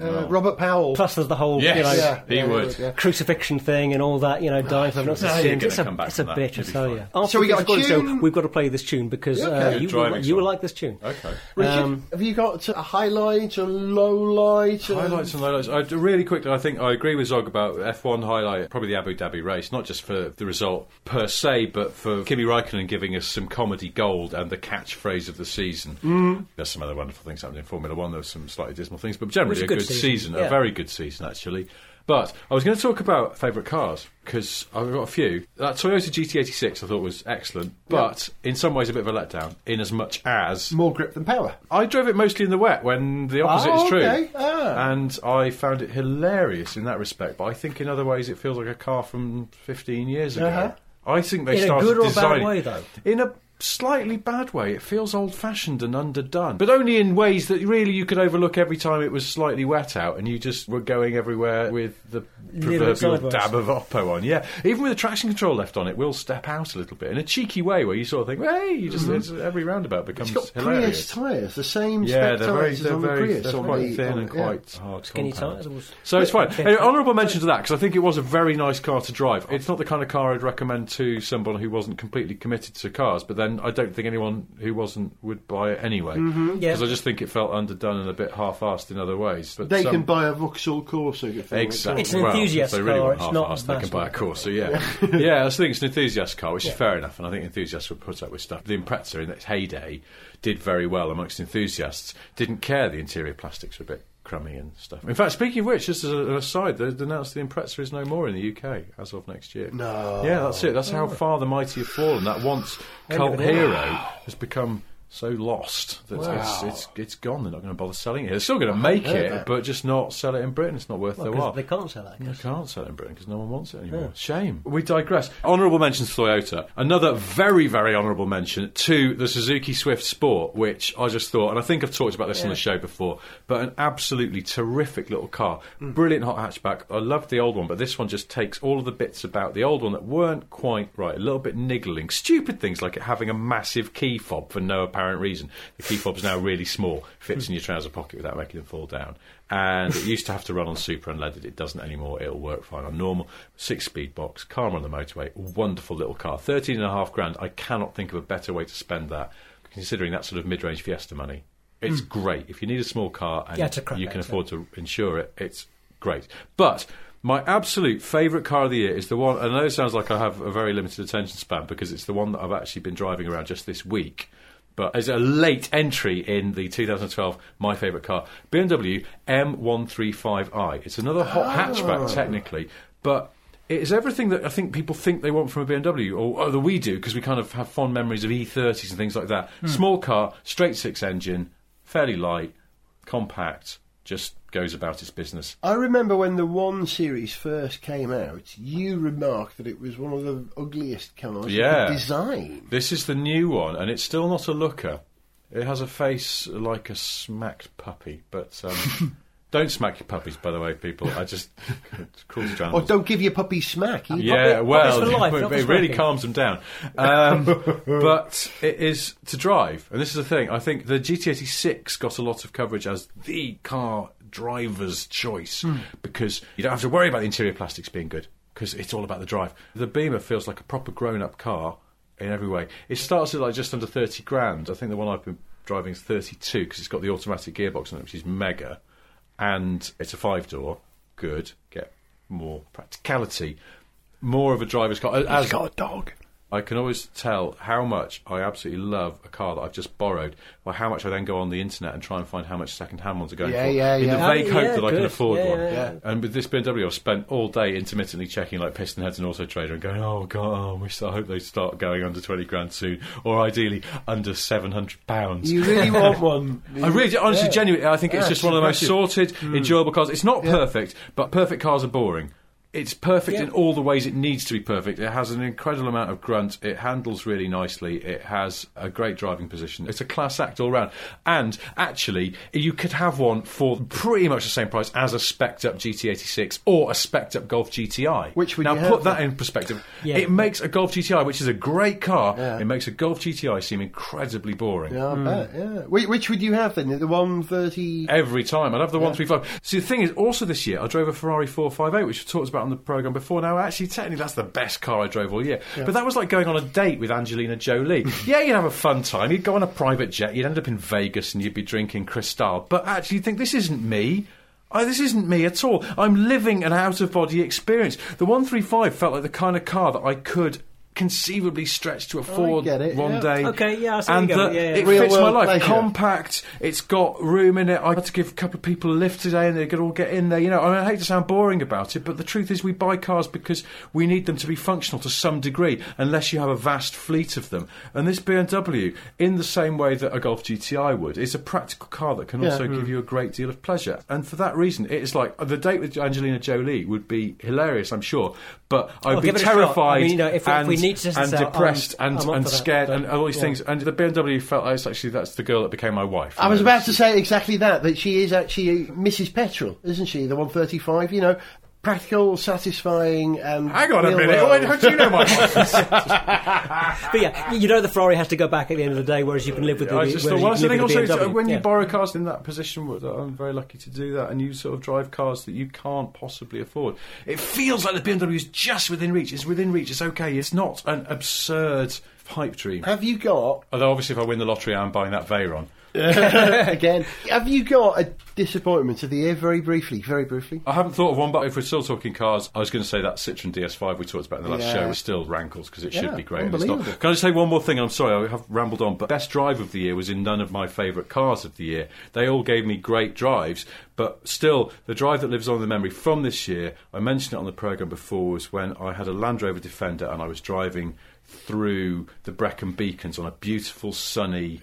[SPEAKER 2] Uh, Robert Powell.
[SPEAKER 4] Plus, there's the whole
[SPEAKER 3] Yes,
[SPEAKER 4] you know,
[SPEAKER 3] Yeah. he would.
[SPEAKER 2] yeah.
[SPEAKER 4] crucifixion thing and all that, you know, dying for not
[SPEAKER 3] Now you're
[SPEAKER 4] sin.
[SPEAKER 3] gonna
[SPEAKER 4] It's a,
[SPEAKER 3] come back
[SPEAKER 4] it's a
[SPEAKER 3] to that.
[SPEAKER 4] bitch, I
[SPEAKER 3] It'll be
[SPEAKER 4] tell
[SPEAKER 3] fine.
[SPEAKER 4] you. After
[SPEAKER 2] So we
[SPEAKER 4] this
[SPEAKER 2] got a
[SPEAKER 4] recording show,
[SPEAKER 2] tune.
[SPEAKER 4] we've got to play this tune because
[SPEAKER 2] Okay.
[SPEAKER 4] uh, you, will,
[SPEAKER 3] Driving
[SPEAKER 4] you will
[SPEAKER 3] song.
[SPEAKER 4] like this tune.
[SPEAKER 3] Okay.
[SPEAKER 2] Richard,
[SPEAKER 4] Um,
[SPEAKER 2] have you got a highlight, a um, low light? a-
[SPEAKER 3] Highlights and lowlights. I, really quickly, I think I agree with Zog about F1 highlight, probably the Abu Dhabi race, not just for the result per se, but for Kimi Raikkonen giving us some comedy gold and the catchphrase of the season. Mm. There's some other wonderful things happening in Formula One. There were some slightly dismal things, but generally
[SPEAKER 4] It was
[SPEAKER 3] a, good, season,
[SPEAKER 4] yeah.
[SPEAKER 3] a very good season actually. But I was going to talk about favourite cars because I've got a few. That Toyota GT86 I thought was excellent, but in some ways a bit of a letdown, in as much as
[SPEAKER 2] More grip than power.
[SPEAKER 3] I drove it mostly in the wet when the opposite
[SPEAKER 2] Oh,
[SPEAKER 3] is true.
[SPEAKER 2] okay. Ah.
[SPEAKER 3] And I found it hilarious in that respect, but I think in other ways it feels like a car from 15 years ago.
[SPEAKER 2] Uh-huh.
[SPEAKER 3] I think they
[SPEAKER 4] In a
[SPEAKER 3] started
[SPEAKER 4] good or bad
[SPEAKER 3] designing-
[SPEAKER 4] way, though?
[SPEAKER 3] In a slightly bad way. It feels old fashioned and underdone, but only in ways that really you could overlook every time it was slightly wet out and you just were going everywhere with the proverbial
[SPEAKER 4] sideways.
[SPEAKER 3] dab of Oppo on. Yeah, even with the traction control left on, it will step out a little bit in a cheeky way where you sort of think, hey, you
[SPEAKER 4] Mm-hmm.
[SPEAKER 3] just it's- every roundabout becomes
[SPEAKER 2] It's got
[SPEAKER 3] hilarious.
[SPEAKER 2] Prius tyres, the same
[SPEAKER 3] Yeah,
[SPEAKER 2] spec
[SPEAKER 3] they're very,
[SPEAKER 2] tyres as
[SPEAKER 3] they're
[SPEAKER 2] on the
[SPEAKER 3] very,
[SPEAKER 2] Prius.
[SPEAKER 3] they're
[SPEAKER 2] on
[SPEAKER 3] quite
[SPEAKER 2] the-
[SPEAKER 3] thin
[SPEAKER 2] on
[SPEAKER 3] and
[SPEAKER 2] the- yeah.
[SPEAKER 3] quite hard.
[SPEAKER 4] Skinny
[SPEAKER 3] compound.
[SPEAKER 4] tyres was-
[SPEAKER 3] So it's fine.
[SPEAKER 4] Okay.
[SPEAKER 3] Anyway, honourable mention to that because I think it was a very nice car to drive. It's not the kind of car I'd recommend to someone who wasn't completely committed to cars, but then I don't think anyone who wasn't would buy it anyway because
[SPEAKER 2] Mm-hmm.
[SPEAKER 4] Yeah.
[SPEAKER 3] I just think it felt underdone and a bit half-assed in other ways. But
[SPEAKER 2] They
[SPEAKER 3] some-
[SPEAKER 2] can buy a Vauxhall Corsa. if they want
[SPEAKER 3] Exactly.
[SPEAKER 2] to.
[SPEAKER 4] It's an
[SPEAKER 3] Well, if
[SPEAKER 4] enthusiast
[SPEAKER 3] they really
[SPEAKER 4] car,
[SPEAKER 3] want
[SPEAKER 4] it's not
[SPEAKER 3] half-assed,
[SPEAKER 4] a
[SPEAKER 3] They can buy a
[SPEAKER 4] massive car.
[SPEAKER 3] Corsa, yeah. (laughs)
[SPEAKER 4] (laughs)
[SPEAKER 3] yeah, I think it's an enthusiast car, which is fair enough, and I think enthusiasts would put up with stuff. The Impreza in its heyday did very well amongst enthusiasts. Didn't care the interior plastics were a bit crummy and stuff. In fact, speaking of which, just as an aside, they've announced the Impreza is no more in the UK as of next year.
[SPEAKER 2] No.
[SPEAKER 3] Yeah, that's it. That's how
[SPEAKER 4] Oh.
[SPEAKER 3] far the mighty have fallen. That once cult hero has become so lost that it's, it's it's gone. They're not going to bother selling it. They're still going to make it, but just not sell it in Britain. It's not worth their while.
[SPEAKER 4] Because they can't sell that. I
[SPEAKER 3] You
[SPEAKER 4] guess.
[SPEAKER 3] can't sell it in Britain because no one wants it anymore. Shame. We digress. Honourable mentions to Toyota. Another very, very honourable mention to the Suzuki Swift Sport, which I just thought, and I think I've talked about this on the show before, but an absolutely terrific little car. Brilliant hot hatchback. I loved the old one, but this one just takes all of the bits about the old one that weren't quite right. A little bit niggling. Stupid things like it having a massive key fob for no apparent reason. The key fob's now really small, fits in your trouser pocket without making them fall down and it used to have to run on super unleaded. It doesn't anymore. It'll work fine on normal. Six speed box, calm on the motorway. Wonderful little car. 13 and a half grand. I cannot think of a better way to spend that, considering that sort of mid range Fiesta money. It's great. If you need a small car and
[SPEAKER 4] Hmm. Yeah, it's a crack
[SPEAKER 3] you can
[SPEAKER 4] out,
[SPEAKER 3] afford to insure it, it's great. But my absolute favourite car of the year is the one, I know it sounds like I have a very limited attention span because it's the one that I've actually been driving around just this week but as a late entry in the 2012 my favourite car BMW M135i. It's another hot hatchback technically, but it is everything that I think people think they want from a BMW, or, or that we do because we kind of have fond memories of E30s and things like that. Small car, straight six engine, fairly light, compact, just goes about its business.
[SPEAKER 2] I remember when the One series first came out, you remarked that it was one of the ugliest cars you
[SPEAKER 3] Yeah.
[SPEAKER 2] could design.
[SPEAKER 3] This is the new one, and it's still not a looker. It has a face like a smacked puppy, but um, don't smack your puppies, by the way, people. I just (laughs) it's cruel to
[SPEAKER 2] Or
[SPEAKER 3] animals.
[SPEAKER 2] Oh, don't give your puppy smack. either.
[SPEAKER 3] yeah,
[SPEAKER 4] Puppy-
[SPEAKER 3] well,
[SPEAKER 4] puppies for life,
[SPEAKER 3] it-
[SPEAKER 4] not for
[SPEAKER 3] it, really
[SPEAKER 4] smacking.
[SPEAKER 3] calms them down.
[SPEAKER 4] (laughs)
[SPEAKER 3] Um, but it is to drive, and this is the thing. I think the GT86 got a lot of coverage as the car driver's choice
[SPEAKER 4] Hmm.
[SPEAKER 3] because you don't have to worry about the interior plastics being good because it's all about the drive. The Beamer feels like a proper grown-up car in every way. It starts at like just under thirty grand. I think the one I've been driving is thirty-two because it's got the automatic gearbox on it, which is mega, and it's a five-door. Good, get more practicality. More of a driver's car. As
[SPEAKER 2] He's got a dog.
[SPEAKER 3] I can always tell how much I absolutely love a car that I've just borrowed by how much I then go on the internet and try and find how much second-hand ones are going
[SPEAKER 2] Yeah,
[SPEAKER 3] for.
[SPEAKER 2] yeah,
[SPEAKER 3] in the
[SPEAKER 2] yeah.
[SPEAKER 3] vague
[SPEAKER 2] Oh,
[SPEAKER 3] hope
[SPEAKER 2] yeah,
[SPEAKER 3] that I can
[SPEAKER 2] good.
[SPEAKER 3] afford
[SPEAKER 2] Yeah,
[SPEAKER 3] one.
[SPEAKER 2] yeah, yeah.
[SPEAKER 3] And with this BMW, I've spent all day intermittently checking like piston heads and auto trader and going, oh god, oh, I wish I hope they start going under twenty grand soon, or ideally under seven hundred pounds.
[SPEAKER 2] You (laughs) really (laughs) want one.
[SPEAKER 3] I really, do- honestly,
[SPEAKER 2] Yeah.
[SPEAKER 3] genuinely, I think it's
[SPEAKER 2] Yeah, Mm.
[SPEAKER 3] just one of the most
[SPEAKER 2] impressive.
[SPEAKER 3] sorted, enjoyable cars. It's not perfect, but perfect cars are boring. It's perfect in all the ways it needs to be perfect. It has an incredible amount of grunt. It handles really nicely. It has a great driving position. It's a class act all round. And actually, you could have one for pretty much the same price as a spec'd up GT86 or a spec'd up Golf GTI.
[SPEAKER 2] Which would
[SPEAKER 3] now
[SPEAKER 2] you have
[SPEAKER 3] put that
[SPEAKER 2] then?
[SPEAKER 3] in perspective.
[SPEAKER 4] Yeah.
[SPEAKER 3] It makes a Golf GTI, which is a great car,
[SPEAKER 2] Yeah.
[SPEAKER 3] it makes a Golf GTI seem incredibly boring.
[SPEAKER 2] Yeah, I bet, yeah. Which, Mm. which would you have then? The 130.
[SPEAKER 3] Every time. I'd have the 135. See, the thing is, also this year, I drove a Ferrari 458, which we talked about on the programme before. Now, actually, technically, that's the best car I drove all year. But that was like going on a date with
[SPEAKER 2] (laughs)
[SPEAKER 3] Angelina Jolie. yeah, you'd have a fun time. You'd go on a private jet. You'd end up in Vegas and you'd be drinking Cristal. But actually, you think, this isn't me. I, this isn't me at all. I'm living an out of body experience. The 135 felt like the kind of car that I could conceivably stretch to afford
[SPEAKER 2] Oh, get it,
[SPEAKER 3] one
[SPEAKER 2] yeah.
[SPEAKER 3] day
[SPEAKER 4] Okay, yeah, I see where
[SPEAKER 3] and
[SPEAKER 4] you're going,
[SPEAKER 3] that
[SPEAKER 4] yeah, yeah.
[SPEAKER 3] it
[SPEAKER 2] Real
[SPEAKER 3] fits my
[SPEAKER 2] world
[SPEAKER 3] life
[SPEAKER 2] pleasure.
[SPEAKER 3] compact. It's got room in it. I had to give a couple of people a lift today, and they could all get in there. You know, I, mean, I hate to sound boring about it, but the truth is, we buy cars because we need them to be functional to some degree, unless you have a vast fleet of them. And this BMW, in the same way that a Golf GTI would, is a practical car that can also
[SPEAKER 2] Hmm.
[SPEAKER 3] give you a great deal of pleasure. And for that reason, it is like the date with Angelina Jolie would be hilarious, I'm sure, but I'd
[SPEAKER 4] Well,
[SPEAKER 3] be
[SPEAKER 4] Oh, give it a shot. I mean,
[SPEAKER 3] terrified
[SPEAKER 4] you know, if- if
[SPEAKER 3] and,
[SPEAKER 4] we need to test
[SPEAKER 3] and
[SPEAKER 4] this out, I'm-
[SPEAKER 3] depressed and,
[SPEAKER 4] I'm up
[SPEAKER 3] and
[SPEAKER 4] for that,
[SPEAKER 3] scared
[SPEAKER 4] but-
[SPEAKER 3] and all these
[SPEAKER 4] yeah.
[SPEAKER 3] things and the BMW felt like it's actually that's the girl that became my wife.
[SPEAKER 2] I was about to say exactly that, that she is actually Mrs. Petrol, isn't she? The 135, you know. Practical, satisfying, and.
[SPEAKER 3] Hang on a
[SPEAKER 2] real
[SPEAKER 3] minute.
[SPEAKER 2] world.
[SPEAKER 3] Why- How do you know
[SPEAKER 2] (laughs)
[SPEAKER 3] my wife?
[SPEAKER 4] But yeah, you know the Ferrari has to go back at the end of the day, whereas you can live with the.
[SPEAKER 3] I just
[SPEAKER 4] whereas
[SPEAKER 3] thought,
[SPEAKER 4] you
[SPEAKER 3] well,
[SPEAKER 4] can
[SPEAKER 3] that's the
[SPEAKER 4] live
[SPEAKER 3] thing.
[SPEAKER 4] with the
[SPEAKER 3] Also, it's, uh,
[SPEAKER 4] BMW.
[SPEAKER 3] when
[SPEAKER 4] Yeah.
[SPEAKER 3] you borrow cars in that position, w- that I'm very lucky to do that, and you sort of drive cars that you can't possibly afford. It feels like the BMW is just within reach. It's within reach. It's okay. It's not an absurd pipe dream.
[SPEAKER 2] Have you got,
[SPEAKER 3] Although, obviously, if I win the lottery, I'm buying that Veyron.
[SPEAKER 2] again, have you got a disappointment of the year? Very briefly, very briefly.
[SPEAKER 3] I haven't thought of one, but if we're still talking cars, I was going to say that Citroen DS5 we talked about in the last
[SPEAKER 2] Yeah.
[SPEAKER 3] show still rankles because it
[SPEAKER 2] Yeah,
[SPEAKER 3] should be great. And it's not.
[SPEAKER 2] unbelievable.
[SPEAKER 3] Can I just say one more thing? I'm sorry, I have rambled on, but best drive of the year was in none of my favourite cars of the year. They all gave me great drives, but still, the drive that lives on in the memory from this year, I mentioned it on the programme before, was when I had a Land Rover Defender and I was driving through the Brecon Beacons on a beautiful, sunny.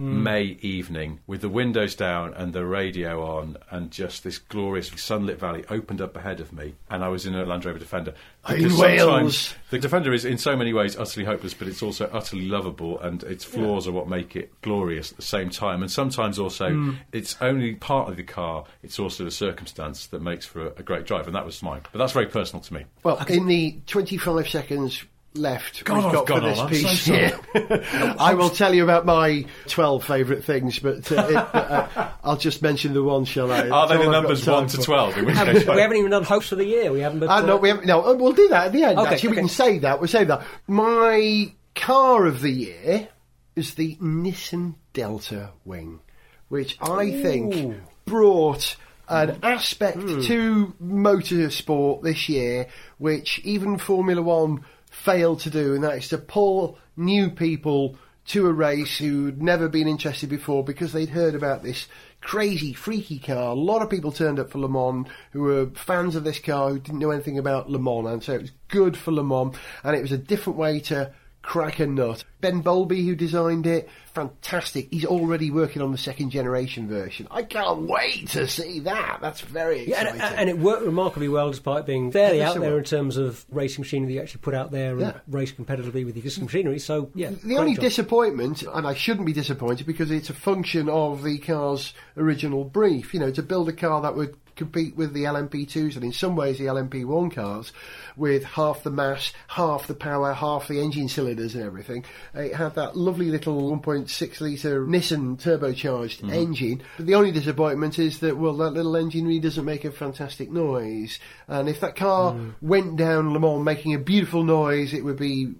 [SPEAKER 3] May evening with the windows down and the radio on, and just this glorious sunlit valley opened up ahead of me, and I was in a Land Rover Defender.
[SPEAKER 2] In
[SPEAKER 3] Because sometimes
[SPEAKER 2] Wales.
[SPEAKER 3] The Defender is in so many ways utterly hopeless, but it's also utterly lovable, and its flaws are what make it glorious at the same time. And sometimes also, it's only part of the car, it's also the circumstance that makes for a, a great drive, and that was mine. But that's very personal to me.
[SPEAKER 2] Well, in the 25 seconds left
[SPEAKER 3] God,
[SPEAKER 2] we've
[SPEAKER 3] I've
[SPEAKER 2] got for
[SPEAKER 3] gone
[SPEAKER 2] this
[SPEAKER 3] on. I'm
[SPEAKER 2] piece
[SPEAKER 3] so sorry.
[SPEAKER 2] here, (laughs) I will tell you about my 12 favourite things, but uh, it, uh, I'll just mention the one, shall I? That's
[SPEAKER 3] Are they
[SPEAKER 2] all
[SPEAKER 3] the
[SPEAKER 2] I've got
[SPEAKER 3] numbers
[SPEAKER 2] time
[SPEAKER 3] 1 to
[SPEAKER 2] for.
[SPEAKER 3] 12? In which case,
[SPEAKER 4] we haven't even done hopes for the year. We haven't. But,
[SPEAKER 2] Uh, no, we haven't, no, uh, we'll do that at the end.
[SPEAKER 4] Okay,
[SPEAKER 2] actually, we
[SPEAKER 4] okay.
[SPEAKER 2] can save that. We'll save that. My car of the year is the Nissan Delta Wing, which I think brought
[SPEAKER 4] Mm.
[SPEAKER 2] an aspect
[SPEAKER 4] Hmm.
[SPEAKER 2] to motorsport this year, which even Formula One failed to do, and that is to pull new people to a race who'd never been interested before because they'd heard about this crazy, freaky car. A lot of people turned up for Le Mans who were fans of this car who didn't know anything about Le Mans, and so it was good for Le Mans, and it was a different way to crack a nut. Ben Bowlby, who designed it, fantastic. He's already working on the second generation version. I can't wait to see that. That's very
[SPEAKER 4] Yeah,
[SPEAKER 2] exciting.
[SPEAKER 4] and, uh, and it worked remarkably well despite being fairly
[SPEAKER 2] Yes,
[SPEAKER 4] out
[SPEAKER 2] it
[SPEAKER 4] there in
[SPEAKER 2] worked.
[SPEAKER 4] terms of racing machinery that you actually put out there and
[SPEAKER 2] Yeah.
[SPEAKER 4] race competitively with existing machinery. So, yeah.
[SPEAKER 2] the
[SPEAKER 4] great
[SPEAKER 2] only
[SPEAKER 4] job.
[SPEAKER 2] disappointment, and I shouldn't be disappointed because it's a function of the car's original brief, you know, to build a car that would compete with the LMP2s and in some ways the LMP1 cars with half the mass, half the power, half the engine cylinders and everything. It had that lovely little 1.6 litre Nissan turbocharged
[SPEAKER 3] Mm-hmm.
[SPEAKER 2] engine. But the only disappointment is that, well, that little engine really doesn't make a fantastic noise. And if that car
[SPEAKER 3] Mm.
[SPEAKER 2] went down Le Mans making a beautiful noise, it would be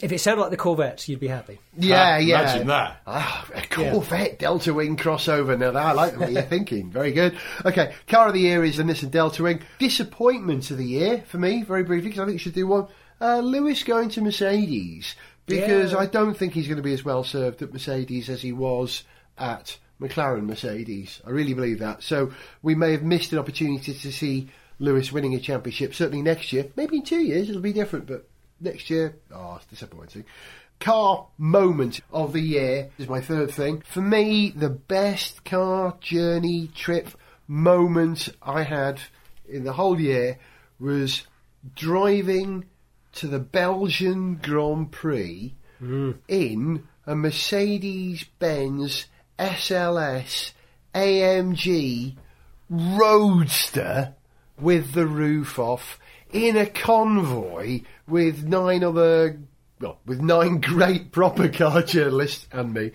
[SPEAKER 4] If it sounded like the Corvettes, you'd be happy.
[SPEAKER 2] yeah,
[SPEAKER 3] Ah,
[SPEAKER 2] yeah.
[SPEAKER 3] imagine that.
[SPEAKER 2] Ah, a Corvette Delta Wing crossover. Now, that, I like the way you're thinking. Very good. Okay, car of the year is the Nissan Delta Wing. Disappointment of the year for me, very briefly, because I think you should do one. uh, Lewis going to Mercedes because I don't think he's going to be as well served at Mercedes as he was at McLaren Mercedes. I really believe that. So we may have missed an opportunity to see Lewis winning a championship. Certainly next year, maybe in two years it'll be different, but next year, oh, it's disappointing. Car moment of the year is my third thing. For me, the best car journey trip moment I had in the whole year was driving to the Belgian Grand Prix in a Mercedes Benz SLS AMG Roadster with the roof off in a convoy with nine other well, with nine (laughs) great proper car journalists and me.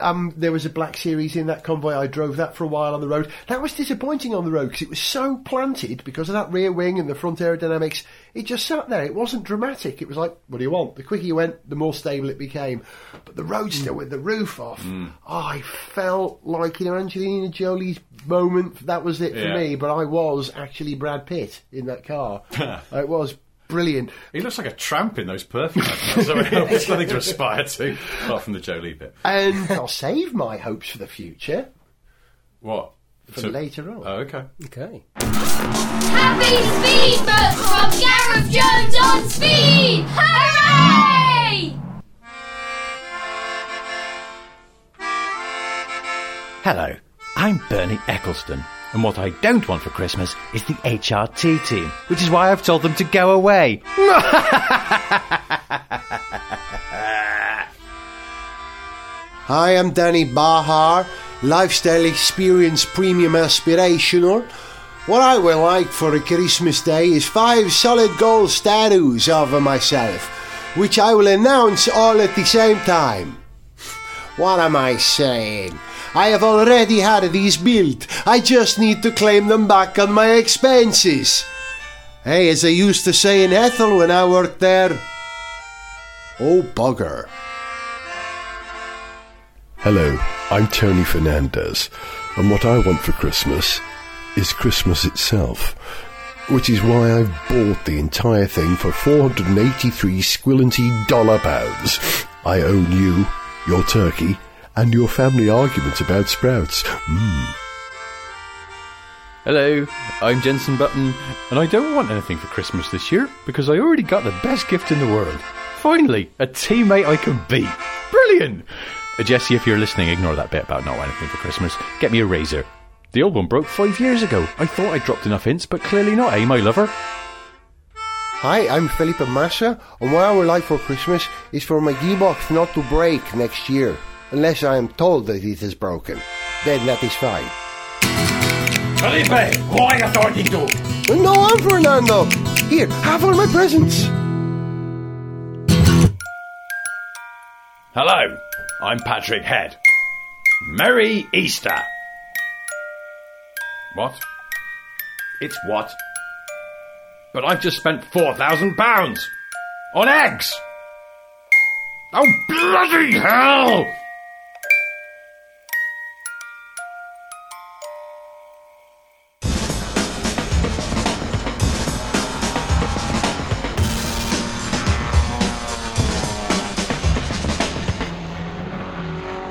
[SPEAKER 2] Um, there was a Black Series in that convoy. I drove that for a while on the road. That was disappointing on the road because it was so planted because of that rear wing and the front aerodynamics. It just sat there. It wasn't dramatic. It was like, what do you want? The quicker you went, the more stable it became. But the Roadster with the roof off, I felt like, you know, Angelina Jolie's moment. That was it for
[SPEAKER 3] Yeah.
[SPEAKER 2] me. But I was actually Brad Pitt in that car. it was brilliant.
[SPEAKER 3] He looks like a tramp in those perfumes. so it's nothing to aspire to, apart from the Jolie bit.
[SPEAKER 2] And I'll save my hopes for the future
[SPEAKER 3] What?
[SPEAKER 2] for
[SPEAKER 3] To-
[SPEAKER 2] later on.
[SPEAKER 3] Oh, okay.
[SPEAKER 4] Okay.
[SPEAKER 9] Happy Speed Books from Gareth Jones on Speed! Hooray!
[SPEAKER 11] Hello, I'm Bernie Eccleston, and what I don't want for Christmas is the HRT team, which is why I've told them to go
[SPEAKER 2] (laughs)
[SPEAKER 11] away.
[SPEAKER 2] Hi, I'm Danny Bahar, Lifestyle Experience Premium Aspirational. What I would like for a Christmas Day is five solid gold statues of myself, which I will announce all at the same time. (laughs) What am I saying? I have already had these built. I just need to claim them back on my expenses. Hey, as I used to say in Ethel when I worked there. Oh, bugger.
[SPEAKER 1] Hello, I'm Tony Fernandez, and what I want for Christmas is Christmas itself, which is why I've bought the entire thing for 483 squillenty dollar pounds. I own you, your turkey, and your family argument about sprouts. Mmm.
[SPEAKER 11] Hello, I'm Jensen Button, and I don't want anything for Christmas this year because I already got the best gift in the world. Finally, a teammate I can beat. Brilliant! Uh, Jesse, if you're listening, ignore that bit about not wanting anything for Christmas. Get me a razor. The old one broke five years ago. I thought I dropped enough hints, but clearly not, eh, my lover?
[SPEAKER 2] Hi, I'm Felipe Massa, and what I would like for Christmas is for my gearbox not to break next year, unless I am told that it is broken. Then that is fine.
[SPEAKER 9] Felipe, who are you talking to?
[SPEAKER 2] No, I'm Fernando. Here, have all my presents.
[SPEAKER 12] Hello, I'm Patrick Head. Merry Easter.
[SPEAKER 3] What?
[SPEAKER 12] It's what? But I've just spent £4,000 on eggs. Oh, bloody hell!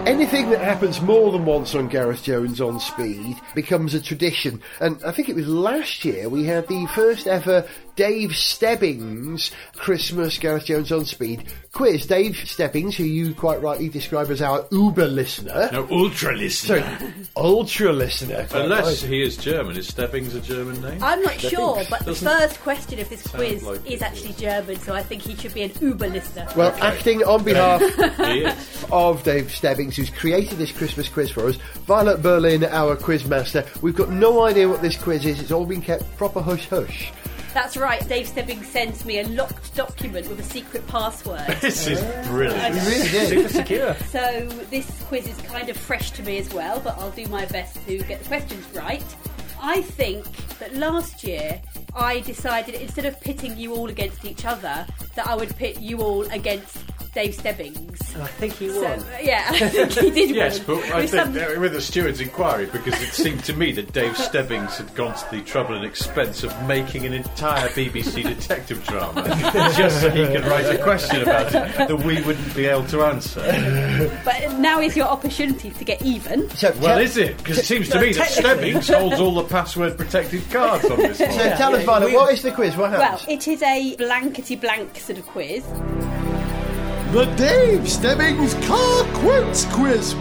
[SPEAKER 2] Anything that happens more than once on Gareth Jones on Speed becomes a tradition. And I think it was last year we had the first ever Dave Stebbings Christmas Gareth Jones on Speed quiz. Dave Stebbings, who you quite rightly describe as our Uber listener.
[SPEAKER 12] No, ultra listener.
[SPEAKER 2] (laughs) Sorry, ultra listener.
[SPEAKER 3] Unless he is German. Is Stebbings a German name?
[SPEAKER 10] I'm not sure, but the
[SPEAKER 3] Doesn't-
[SPEAKER 10] first question of this quiz
[SPEAKER 3] like
[SPEAKER 10] is actually German, so I think he should be an Uber listener.
[SPEAKER 2] Well, acting on behalf
[SPEAKER 3] He is.
[SPEAKER 2] of Dave Stebbings, who's created this Christmas quiz for us, Violet Berlin, our quiz master. We've got no idea what this quiz is. It's all been kept proper hush hush.
[SPEAKER 10] That's right. Dave Stebbings sends me a locked document with a secret password.
[SPEAKER 3] (laughs) This is brilliant.
[SPEAKER 10] You really did.
[SPEAKER 3] Super secure.
[SPEAKER 10] So this quiz is kind of fresh to me as well, but I'll do my best to get the questions right. I think that last year I decided instead of pitting you all against each other, that I would pit you all against Dave Stebbings.
[SPEAKER 4] And I think he
[SPEAKER 10] So, uh,
[SPEAKER 4] won.
[SPEAKER 10] yeah, (laughs) I think he
[SPEAKER 3] (laughs) (laughs)
[SPEAKER 10] did
[SPEAKER 3] Yes,
[SPEAKER 10] win.
[SPEAKER 3] but I
[SPEAKER 10] With
[SPEAKER 3] think
[SPEAKER 10] some-
[SPEAKER 3] uh, with the steward's inquiry, because it seemed to me that Dave Stebbings had gone to the trouble and expense of making an entire BBC detective drama just so he could write a question about it that we wouldn't be able to answer.
[SPEAKER 10] But now is your opportunity to get even.
[SPEAKER 3] Well, is it? Because it seems to me that Stebbings holds all the password protected cards on this one.
[SPEAKER 2] So tell us, Violet, what is the quiz? What
[SPEAKER 10] Well,
[SPEAKER 2] happens?
[SPEAKER 10] it is a blankety blank sort of quiz.
[SPEAKER 13] The Dave Stebbings Car Quotes Quiz.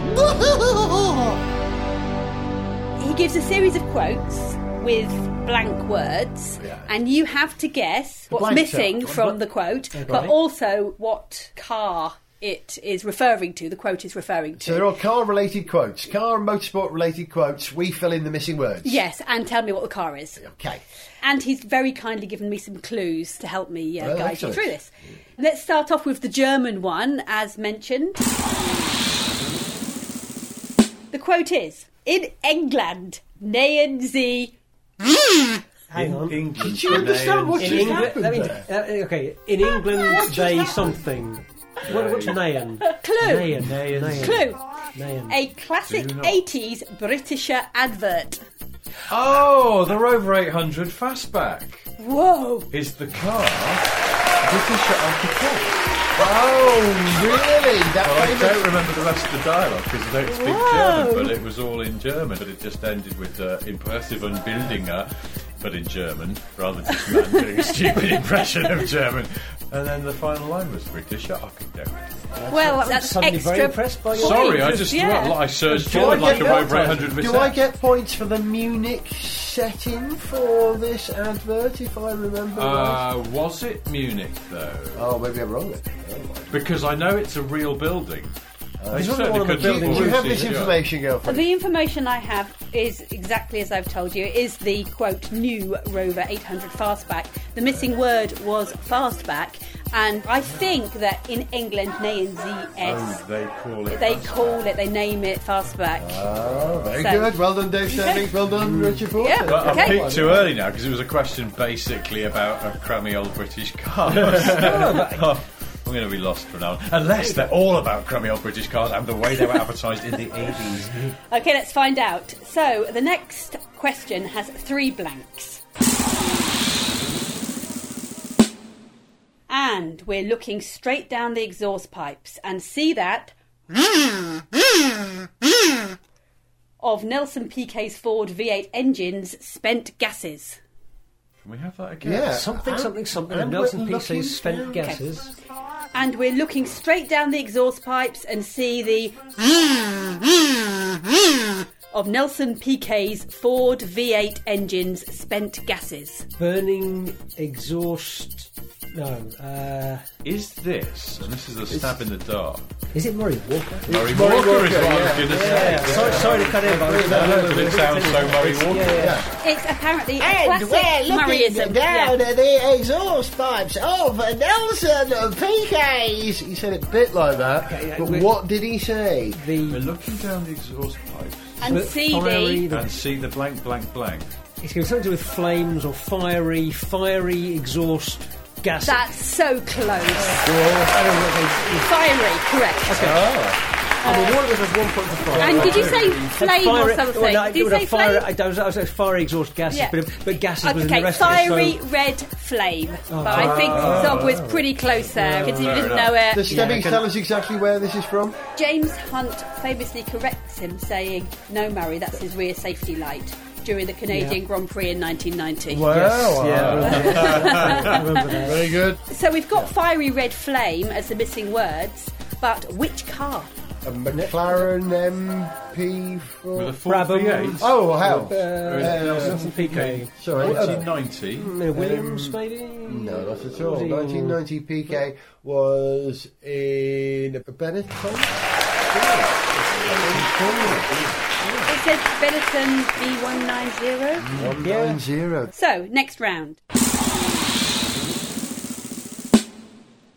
[SPEAKER 10] He gives a series of quotes with blank
[SPEAKER 2] Oh,
[SPEAKER 10] words, and you have to guess what's
[SPEAKER 13] blanks are-
[SPEAKER 10] missing from the quote,
[SPEAKER 2] Okay.
[SPEAKER 10] but also what car it is referring to, the quote is referring to.
[SPEAKER 2] (laughs) So they're all car-related quotes, car and motorsport-related quotes. We fill in the missing words.
[SPEAKER 10] Yes, and tell me what the car is.
[SPEAKER 2] Okay.
[SPEAKER 10] And he's very kindly given me some clues to help me uh,
[SPEAKER 2] Oh,
[SPEAKER 10] guide
[SPEAKER 2] excellent.
[SPEAKER 10] you through this. Let's start off with the German one, as mentioned. The quote is In England, nähen Sie.
[SPEAKER 4] Hang on.
[SPEAKER 10] Did you understand what
[SPEAKER 4] in
[SPEAKER 10] just
[SPEAKER 4] England,
[SPEAKER 10] happened
[SPEAKER 4] let me-
[SPEAKER 10] there?
[SPEAKER 4] uh, okay, in England they something. What, what's Nayan?
[SPEAKER 10] Clue.
[SPEAKER 4] Nayan. Nayan.
[SPEAKER 10] Clue.
[SPEAKER 4] Nayan.
[SPEAKER 10] A classic
[SPEAKER 3] Do not.
[SPEAKER 10] 80s Britisher advert.
[SPEAKER 3] Oh, the Rover 800 Fastback
[SPEAKER 10] Whoa!
[SPEAKER 3] is the car. British Architect.
[SPEAKER 2] Oh, really? That
[SPEAKER 3] well, I
[SPEAKER 2] famous-
[SPEAKER 3] don't remember the rest of the dialogue because I don't speak
[SPEAKER 2] Whoa.
[SPEAKER 3] German, but it was all in German. But it just ended with uh, impressive and Bildinger, but in German, rather than just
[SPEAKER 2] (laughs)
[SPEAKER 3] man doing a stupid impression of German. And then the final line was British Architect.
[SPEAKER 10] Well,
[SPEAKER 4] I'm
[SPEAKER 10] that's
[SPEAKER 4] suddenly
[SPEAKER 10] extra
[SPEAKER 4] very impressed by your-
[SPEAKER 3] Sorry, I
[SPEAKER 4] points,
[SPEAKER 3] just
[SPEAKER 10] yeah.
[SPEAKER 3] I surged
[SPEAKER 2] Do I
[SPEAKER 3] forward like a
[SPEAKER 2] get
[SPEAKER 3] Rover
[SPEAKER 2] points?
[SPEAKER 3] 800
[SPEAKER 2] Do I get points for the Munich setting for this advert, if I remember right?
[SPEAKER 3] Uh, was it Munich though?
[SPEAKER 2] Oh, maybe I'm wrong. Then.
[SPEAKER 3] Because I know it's a real building. They
[SPEAKER 2] Uh, It's not one
[SPEAKER 3] certainly
[SPEAKER 2] of the
[SPEAKER 3] couldn't have
[SPEAKER 2] buildings. Do you have
[SPEAKER 3] built
[SPEAKER 2] this
[SPEAKER 3] it, yeah.
[SPEAKER 2] information, girlfriend?
[SPEAKER 10] The information I have is exactly as I've told you. It is the quote new Rover 800 fastback. The missing word was fastback, and I think that in England, nay in ZS,
[SPEAKER 3] Oh, they call it.
[SPEAKER 10] they call it, they name it fastback.
[SPEAKER 2] Oh, very
[SPEAKER 10] So-
[SPEAKER 2] good. Well done, Dave
[SPEAKER 10] Okay.
[SPEAKER 2] Stebbings. Well
[SPEAKER 3] Mm.
[SPEAKER 2] done, Richard Porter.
[SPEAKER 10] Yeah,
[SPEAKER 3] But I
[SPEAKER 10] okay.
[SPEAKER 3] picked too early now because it was a question basically about a crummy old British car.
[SPEAKER 10] No,
[SPEAKER 3] (laughs) I'm going to be lost from now on. Unless they're all about crummy old British cars and the way they were advertised in the 80s.
[SPEAKER 10] Okay, let's find out. So the next question has three blanks. And we're looking straight down the exhaust pipes and see that of Nelson Piquet's Ford V8 engine's spent gases.
[SPEAKER 3] Can we have that again?
[SPEAKER 4] Yeah. Something, something, something.
[SPEAKER 10] and
[SPEAKER 4] Nelson
[SPEAKER 10] we're looking
[SPEAKER 4] PC's spent
[SPEAKER 10] down-
[SPEAKER 4] gases.
[SPEAKER 10] And we're looking straight down the exhaust pipes and see the of Nelson Piquet's Ford V8 engine's spent gases.
[SPEAKER 4] Burning exhaust. No. Uh,
[SPEAKER 3] Is this, and this is the stab in the dark.
[SPEAKER 4] is it Murray Walker?
[SPEAKER 3] Murray Walker, is what I was going to say.
[SPEAKER 4] Yeah. Sorry, sorry to cut in, but I was-
[SPEAKER 3] No, no, but it sounds so Murray Walker.
[SPEAKER 10] It's apparently a
[SPEAKER 9] And we're
[SPEAKER 10] classic
[SPEAKER 9] looking
[SPEAKER 10] Murrayism.
[SPEAKER 9] down
[SPEAKER 10] Yeah.
[SPEAKER 9] at the exhaust pipes of Nelson
[SPEAKER 2] PKs. He said it a bit like that. but
[SPEAKER 3] we're-
[SPEAKER 2] what did he say?
[SPEAKER 3] We're looking down the exhaust pipes
[SPEAKER 10] And see the
[SPEAKER 3] and see the blank, blank, blank.
[SPEAKER 4] It's going to be something to do with flames or fiery, fiery exhaust gases.
[SPEAKER 10] that's so close.
[SPEAKER 4] Or- I don't know what they-
[SPEAKER 10] Fiery, correct.
[SPEAKER 4] Okay. I'm awarded with one point for fire.
[SPEAKER 10] And did you say flame
[SPEAKER 4] fire,
[SPEAKER 10] or
[SPEAKER 4] it-
[SPEAKER 10] something?
[SPEAKER 4] Well, no,
[SPEAKER 10] Did
[SPEAKER 4] it
[SPEAKER 10] you
[SPEAKER 4] was a
[SPEAKER 10] say
[SPEAKER 4] fire,
[SPEAKER 10] flame?
[SPEAKER 4] I, I was, I was saying fire exhaust gases,
[SPEAKER 10] Yeah.
[SPEAKER 4] but, but gases was in the
[SPEAKER 10] Okay,
[SPEAKER 4] rest
[SPEAKER 10] fiery
[SPEAKER 4] of it.
[SPEAKER 10] red flame.
[SPEAKER 4] Oh,
[SPEAKER 10] but I think
[SPEAKER 4] oh.
[SPEAKER 10] Zob was pretty close there because you didn't know it.
[SPEAKER 2] The Stebbings tell us exactly where this is from.
[SPEAKER 10] James Hunt famously corrects him, saying, "No, Murray, that's his rear safety light." During the Canadian
[SPEAKER 2] Yeah.
[SPEAKER 10] Grand Prix in 1990.
[SPEAKER 2] Wow.
[SPEAKER 4] Oh,
[SPEAKER 2] Yes,
[SPEAKER 4] (laughs)
[SPEAKER 2] yeah, (laughs) I remember
[SPEAKER 4] Uh,
[SPEAKER 2] that.
[SPEAKER 10] Very
[SPEAKER 2] good.
[SPEAKER 10] So we've got fiery red flame as the missing words, but which car?
[SPEAKER 2] A McLaren MP4.
[SPEAKER 3] With a Ford
[SPEAKER 2] Brabham.
[SPEAKER 3] V8?
[SPEAKER 2] Oh, hell.
[SPEAKER 3] Uh, Nelson Piquet.
[SPEAKER 2] Sorry.
[SPEAKER 3] 1990. Mm,
[SPEAKER 4] Williams, maybe?
[SPEAKER 2] Um, No, not at all.
[SPEAKER 4] Was he-
[SPEAKER 2] 1990 PK was in Benetton.
[SPEAKER 10] It says Benetton B190.
[SPEAKER 2] One zero.
[SPEAKER 10] So, next round.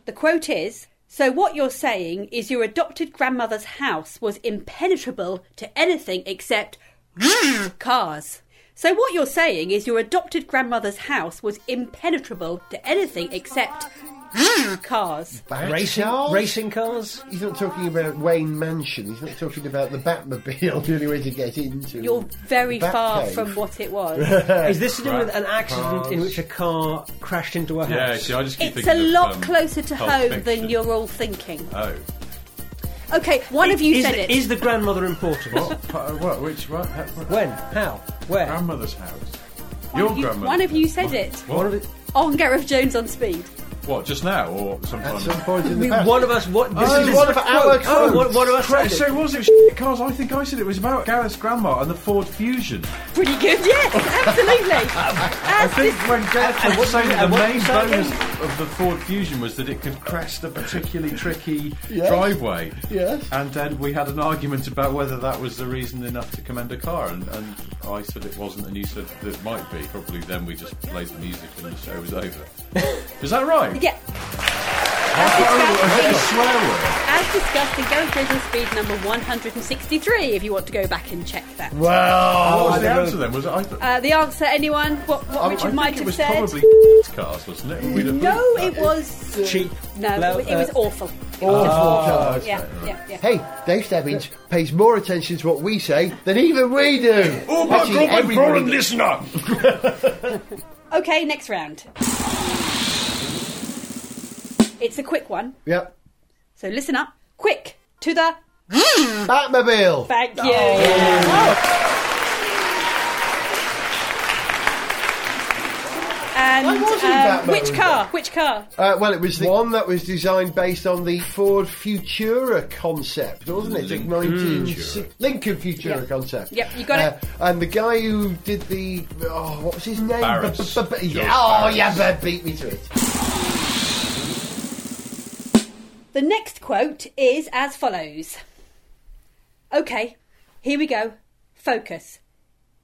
[SPEAKER 10] The quote is So, what you're saying is your adopted grandmother's house was impenetrable to anything except (laughs) cars. So, what you're saying is your adopted grandmother's house was impenetrable to anything except (laughs) cars.
[SPEAKER 4] Racing- racing cars?
[SPEAKER 2] He's not talking about Wayne Mansion. He's not talking about the Batmobile, (laughs) the only way to get into.
[SPEAKER 10] You're very
[SPEAKER 2] Bat
[SPEAKER 10] far
[SPEAKER 2] cave.
[SPEAKER 10] from what it was.
[SPEAKER 2] (laughs)
[SPEAKER 4] Is this to do with an accident in which a car crashed into a house?
[SPEAKER 3] Yeah, see, I just keep
[SPEAKER 10] It's a
[SPEAKER 3] thinking of,
[SPEAKER 10] lot
[SPEAKER 3] um,
[SPEAKER 10] closer to
[SPEAKER 3] Pulp
[SPEAKER 10] home
[SPEAKER 3] Fiction.
[SPEAKER 10] than you're all thinking.
[SPEAKER 3] Oh.
[SPEAKER 10] Okay, one of you
[SPEAKER 4] is
[SPEAKER 10] said
[SPEAKER 4] the,
[SPEAKER 10] it.
[SPEAKER 4] Is the grandmother important?
[SPEAKER 3] What? what? Which? What?
[SPEAKER 4] When? How? Where?
[SPEAKER 3] Grandmother's house.
[SPEAKER 10] one
[SPEAKER 3] Your
[SPEAKER 10] of you,
[SPEAKER 3] grandmother.
[SPEAKER 10] One of you said it.
[SPEAKER 3] What? What?
[SPEAKER 10] On Oh, Gareth Jones on speed.
[SPEAKER 3] just now or sometime? At some
[SPEAKER 2] point
[SPEAKER 4] We- one of us. What? This
[SPEAKER 3] Oh,
[SPEAKER 4] is this
[SPEAKER 3] one of
[SPEAKER 4] is a
[SPEAKER 3] our
[SPEAKER 4] quote. Oh,
[SPEAKER 3] quotes.
[SPEAKER 4] one- one of us.
[SPEAKER 3] Correct,
[SPEAKER 4] said
[SPEAKER 3] So
[SPEAKER 4] it.
[SPEAKER 3] was it shit cars? I think I said it was about Gareth's grandma and the Ford Fusion.
[SPEAKER 10] Pretty good,
[SPEAKER 3] (laughs)
[SPEAKER 10] yes, absolutely.
[SPEAKER 3] I think when Gareth
[SPEAKER 10] and
[SPEAKER 3] was
[SPEAKER 10] what-
[SPEAKER 3] saying that
[SPEAKER 10] and
[SPEAKER 3] the
[SPEAKER 10] what
[SPEAKER 3] main
[SPEAKER 10] was that
[SPEAKER 3] bonus of the Ford Fusion was that it could crest a particularly tricky
[SPEAKER 2] Yes.
[SPEAKER 3] driveway.
[SPEAKER 2] Yes.
[SPEAKER 3] And then we had an argument about whether that was the reason enough to commend a car, and, and I said it wasn't, and you said it might be. Probably then we just played the music and the show was
[SPEAKER 2] (laughs)
[SPEAKER 3] over. Is that right?
[SPEAKER 10] Yeah.
[SPEAKER 3] Oh, I swear word.
[SPEAKER 10] As discussed in Gareth Jones on speed number 163, if you want to go back and check that.
[SPEAKER 3] Well, what was the
[SPEAKER 2] Oh, I don't
[SPEAKER 3] answer then? Was it? I thought,
[SPEAKER 10] Uh, the answer, anyone? What, what
[SPEAKER 3] I- I
[SPEAKER 10] Richard
[SPEAKER 3] think
[SPEAKER 10] might
[SPEAKER 3] it
[SPEAKER 10] have
[SPEAKER 3] was
[SPEAKER 10] said?
[SPEAKER 3] probably (laughs) cars, wasn't it? We'd have
[SPEAKER 10] no,
[SPEAKER 3] looked at
[SPEAKER 10] it was
[SPEAKER 2] Cheap.
[SPEAKER 10] No,
[SPEAKER 2] Low-
[SPEAKER 10] it was
[SPEAKER 2] uh,
[SPEAKER 10] awful.
[SPEAKER 3] Oh,
[SPEAKER 10] It was
[SPEAKER 2] Awful cars.
[SPEAKER 10] Yeah, yeah, yeah.
[SPEAKER 2] Hey, Dave Stebbins pays more attention to what we say than even we do.
[SPEAKER 10] Oh, my
[SPEAKER 2] Actually,
[SPEAKER 10] God, my
[SPEAKER 2] everybody-
[SPEAKER 10] foreign
[SPEAKER 12] listener.
[SPEAKER 10] Okay, next round. It's a quick one,
[SPEAKER 2] Yep.
[SPEAKER 10] so listen up. Quick to the.
[SPEAKER 2] Batmobile.
[SPEAKER 10] Thank you. And
[SPEAKER 2] was in
[SPEAKER 10] um,
[SPEAKER 2] Batman,
[SPEAKER 10] which
[SPEAKER 2] wasn't
[SPEAKER 10] car? Which car?
[SPEAKER 2] Uh, well, it was the one that was designed based on the Ford Futura concept, wasn't it?
[SPEAKER 3] Lincoln Futura.
[SPEAKER 2] Futura. Lincoln Futura
[SPEAKER 10] Yep.
[SPEAKER 2] concept.
[SPEAKER 10] Yep, you got
[SPEAKER 2] it. And the guy who did the oh, what was his name?
[SPEAKER 3] Barris.
[SPEAKER 2] B- b- b-
[SPEAKER 3] George
[SPEAKER 2] yeah, oh
[SPEAKER 3] Barris.
[SPEAKER 2] yeah, but beat me to it.
[SPEAKER 10] The next quote is as follows Okay, here we go. Focus.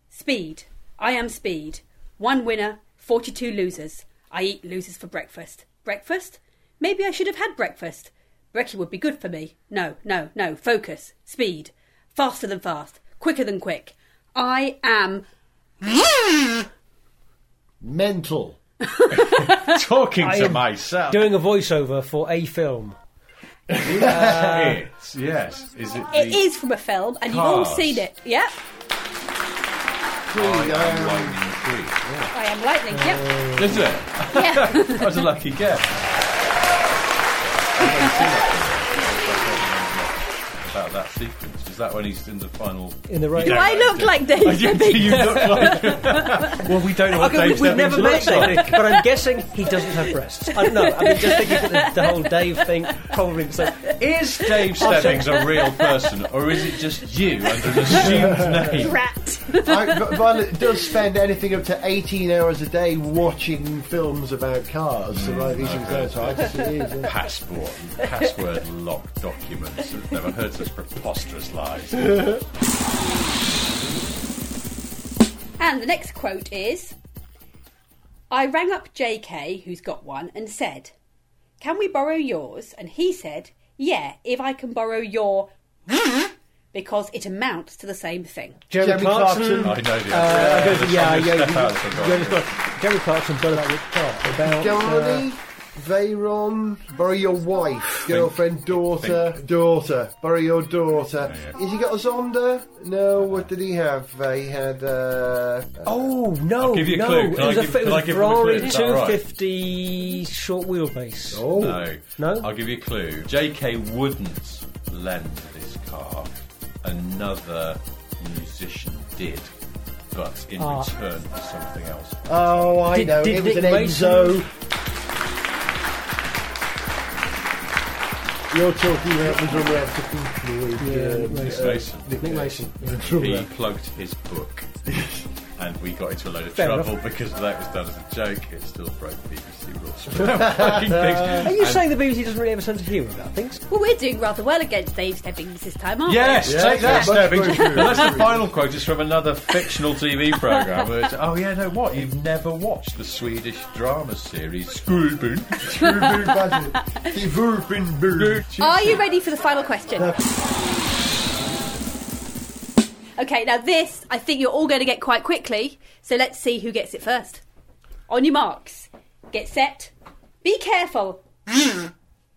[SPEAKER 10] Speed. I am speed. One winner, 42 losers. I eat losers for breakfast. Breakfast? Maybe I should have had breakfast. Brekkie would be good for me. No, no, no. Focus. Speed. Faster than fast. Quicker than quick. I
[SPEAKER 3] (laughs)
[SPEAKER 10] am.
[SPEAKER 2] Mental.
[SPEAKER 3] (laughs) Talking
[SPEAKER 4] I
[SPEAKER 3] to
[SPEAKER 4] am
[SPEAKER 3] myself.
[SPEAKER 4] Doing a voiceover for a film.
[SPEAKER 3] It's- yes. Is it?
[SPEAKER 10] It
[SPEAKER 3] the-
[SPEAKER 10] is from a film, and you've all
[SPEAKER 3] Cars.
[SPEAKER 10] seen it. Yep.
[SPEAKER 3] I am lightning quick.
[SPEAKER 10] I am lightning. Yep.
[SPEAKER 3] Yeah. Is it?
[SPEAKER 10] Yeah.
[SPEAKER 3] (laughs) that was a lucky guess. I've never seen that film. About that sequence, is that when he's in the final?
[SPEAKER 4] In the right-
[SPEAKER 10] Do
[SPEAKER 3] Yeah.
[SPEAKER 10] I look like Dave
[SPEAKER 3] Oh, (laughs)
[SPEAKER 10] (laughs)
[SPEAKER 3] you-
[SPEAKER 10] Stebbings?
[SPEAKER 3] you
[SPEAKER 4] (laughs)
[SPEAKER 3] look like. well, we don't know what
[SPEAKER 4] Okay, we,
[SPEAKER 3] Dave
[SPEAKER 4] we've never met
[SPEAKER 3] Stebbins looks
[SPEAKER 4] David,
[SPEAKER 3] like.
[SPEAKER 4] but I'm guessing he doesn't have breasts. I don't know. I mean, just thinking that the, the whole Dave thing probably. So,
[SPEAKER 3] Is Dave Stebbings a real person, or is it just you under an assumed name?
[SPEAKER 10] Rat.
[SPEAKER 2] I, (laughs) Vi- Violet does spend anything up to eighteen hours a day watching films about cars. So like these things go, so I guess it is. yeah.
[SPEAKER 3] Passport, password locked documents. I've never heard such preposterous lies.
[SPEAKER 10] And the next quote is I rang up JK, who's got one, and said, Can we borrow yours? And he said, Yeah, if I can borrow your. (laughs) because it amounts to the same thing.
[SPEAKER 4] Jeremy,
[SPEAKER 2] Jeremy
[SPEAKER 4] Clarkson.
[SPEAKER 2] Clarkson.
[SPEAKER 3] (laughs) I know the answer.
[SPEAKER 4] Uh, I
[SPEAKER 3] Yeah,
[SPEAKER 4] don't
[SPEAKER 3] just
[SPEAKER 4] think- yeah, yeah,
[SPEAKER 3] step
[SPEAKER 4] you-
[SPEAKER 3] out for God.
[SPEAKER 4] Jeremy Clarkson. Jeremy Clarkson got about about. uh,
[SPEAKER 2] Johnny, Veyron, bury your wife, girlfriend, daughter, daughter, bury your daughter. Has he got a Zonda? No, what did he have? Uh, he had. Uh,
[SPEAKER 4] Oh no!
[SPEAKER 3] I'll give you a
[SPEAKER 4] no.
[SPEAKER 3] clue. Can
[SPEAKER 4] It
[SPEAKER 3] I
[SPEAKER 4] was
[SPEAKER 3] give-
[SPEAKER 4] a, it
[SPEAKER 3] can
[SPEAKER 4] was
[SPEAKER 3] I
[SPEAKER 4] a
[SPEAKER 3] give them a clue?
[SPEAKER 4] Ferrari
[SPEAKER 3] Is that right?
[SPEAKER 4] 250 short wheelbase.
[SPEAKER 2] oh,
[SPEAKER 3] No.
[SPEAKER 4] No?
[SPEAKER 3] I'll give you a clue. JK wouldn't lend this car. Another musician did, but in
[SPEAKER 4] Ah.
[SPEAKER 3] return for something else.
[SPEAKER 2] oh, I
[SPEAKER 4] Did-
[SPEAKER 2] know.
[SPEAKER 4] did
[SPEAKER 2] it was
[SPEAKER 4] Nick
[SPEAKER 2] an
[SPEAKER 4] Mason-
[SPEAKER 2] Enzo. You're talking about the drummer out to
[SPEAKER 4] Yeah,
[SPEAKER 3] Nick Mason.
[SPEAKER 4] Nick Mason.
[SPEAKER 3] (laughs)
[SPEAKER 4] yeah.
[SPEAKER 3] He plugged his
[SPEAKER 4] (laughs)
[SPEAKER 3] book. And we got into a load of
[SPEAKER 4] Fair
[SPEAKER 3] trouble because that was done as a joke. It still broke BBC
[SPEAKER 4] (laughs)
[SPEAKER 3] rules. (laughs) Fucking things.
[SPEAKER 4] Are you saying the BBC doesn't really have a sense of humour about things?
[SPEAKER 10] Well, we're doing rather well against Dave Stebbings this time, aren't
[SPEAKER 3] Yes,
[SPEAKER 2] Yeah,
[SPEAKER 3] take that,
[SPEAKER 2] that's much
[SPEAKER 3] Stebbings.
[SPEAKER 2] very true.
[SPEAKER 3] Well, that's the final quote. It's from another fictional TV programme. where it's, oh, yeah, no, what? You've never watched the Swedish drama series Skrubin?
[SPEAKER 10] we? Are you ready for the final question? okay, now this I think you're all going to get quite quickly,
[SPEAKER 3] (laughs)
[SPEAKER 10] so let's see who gets it first. On your marks. Get set. Be careful.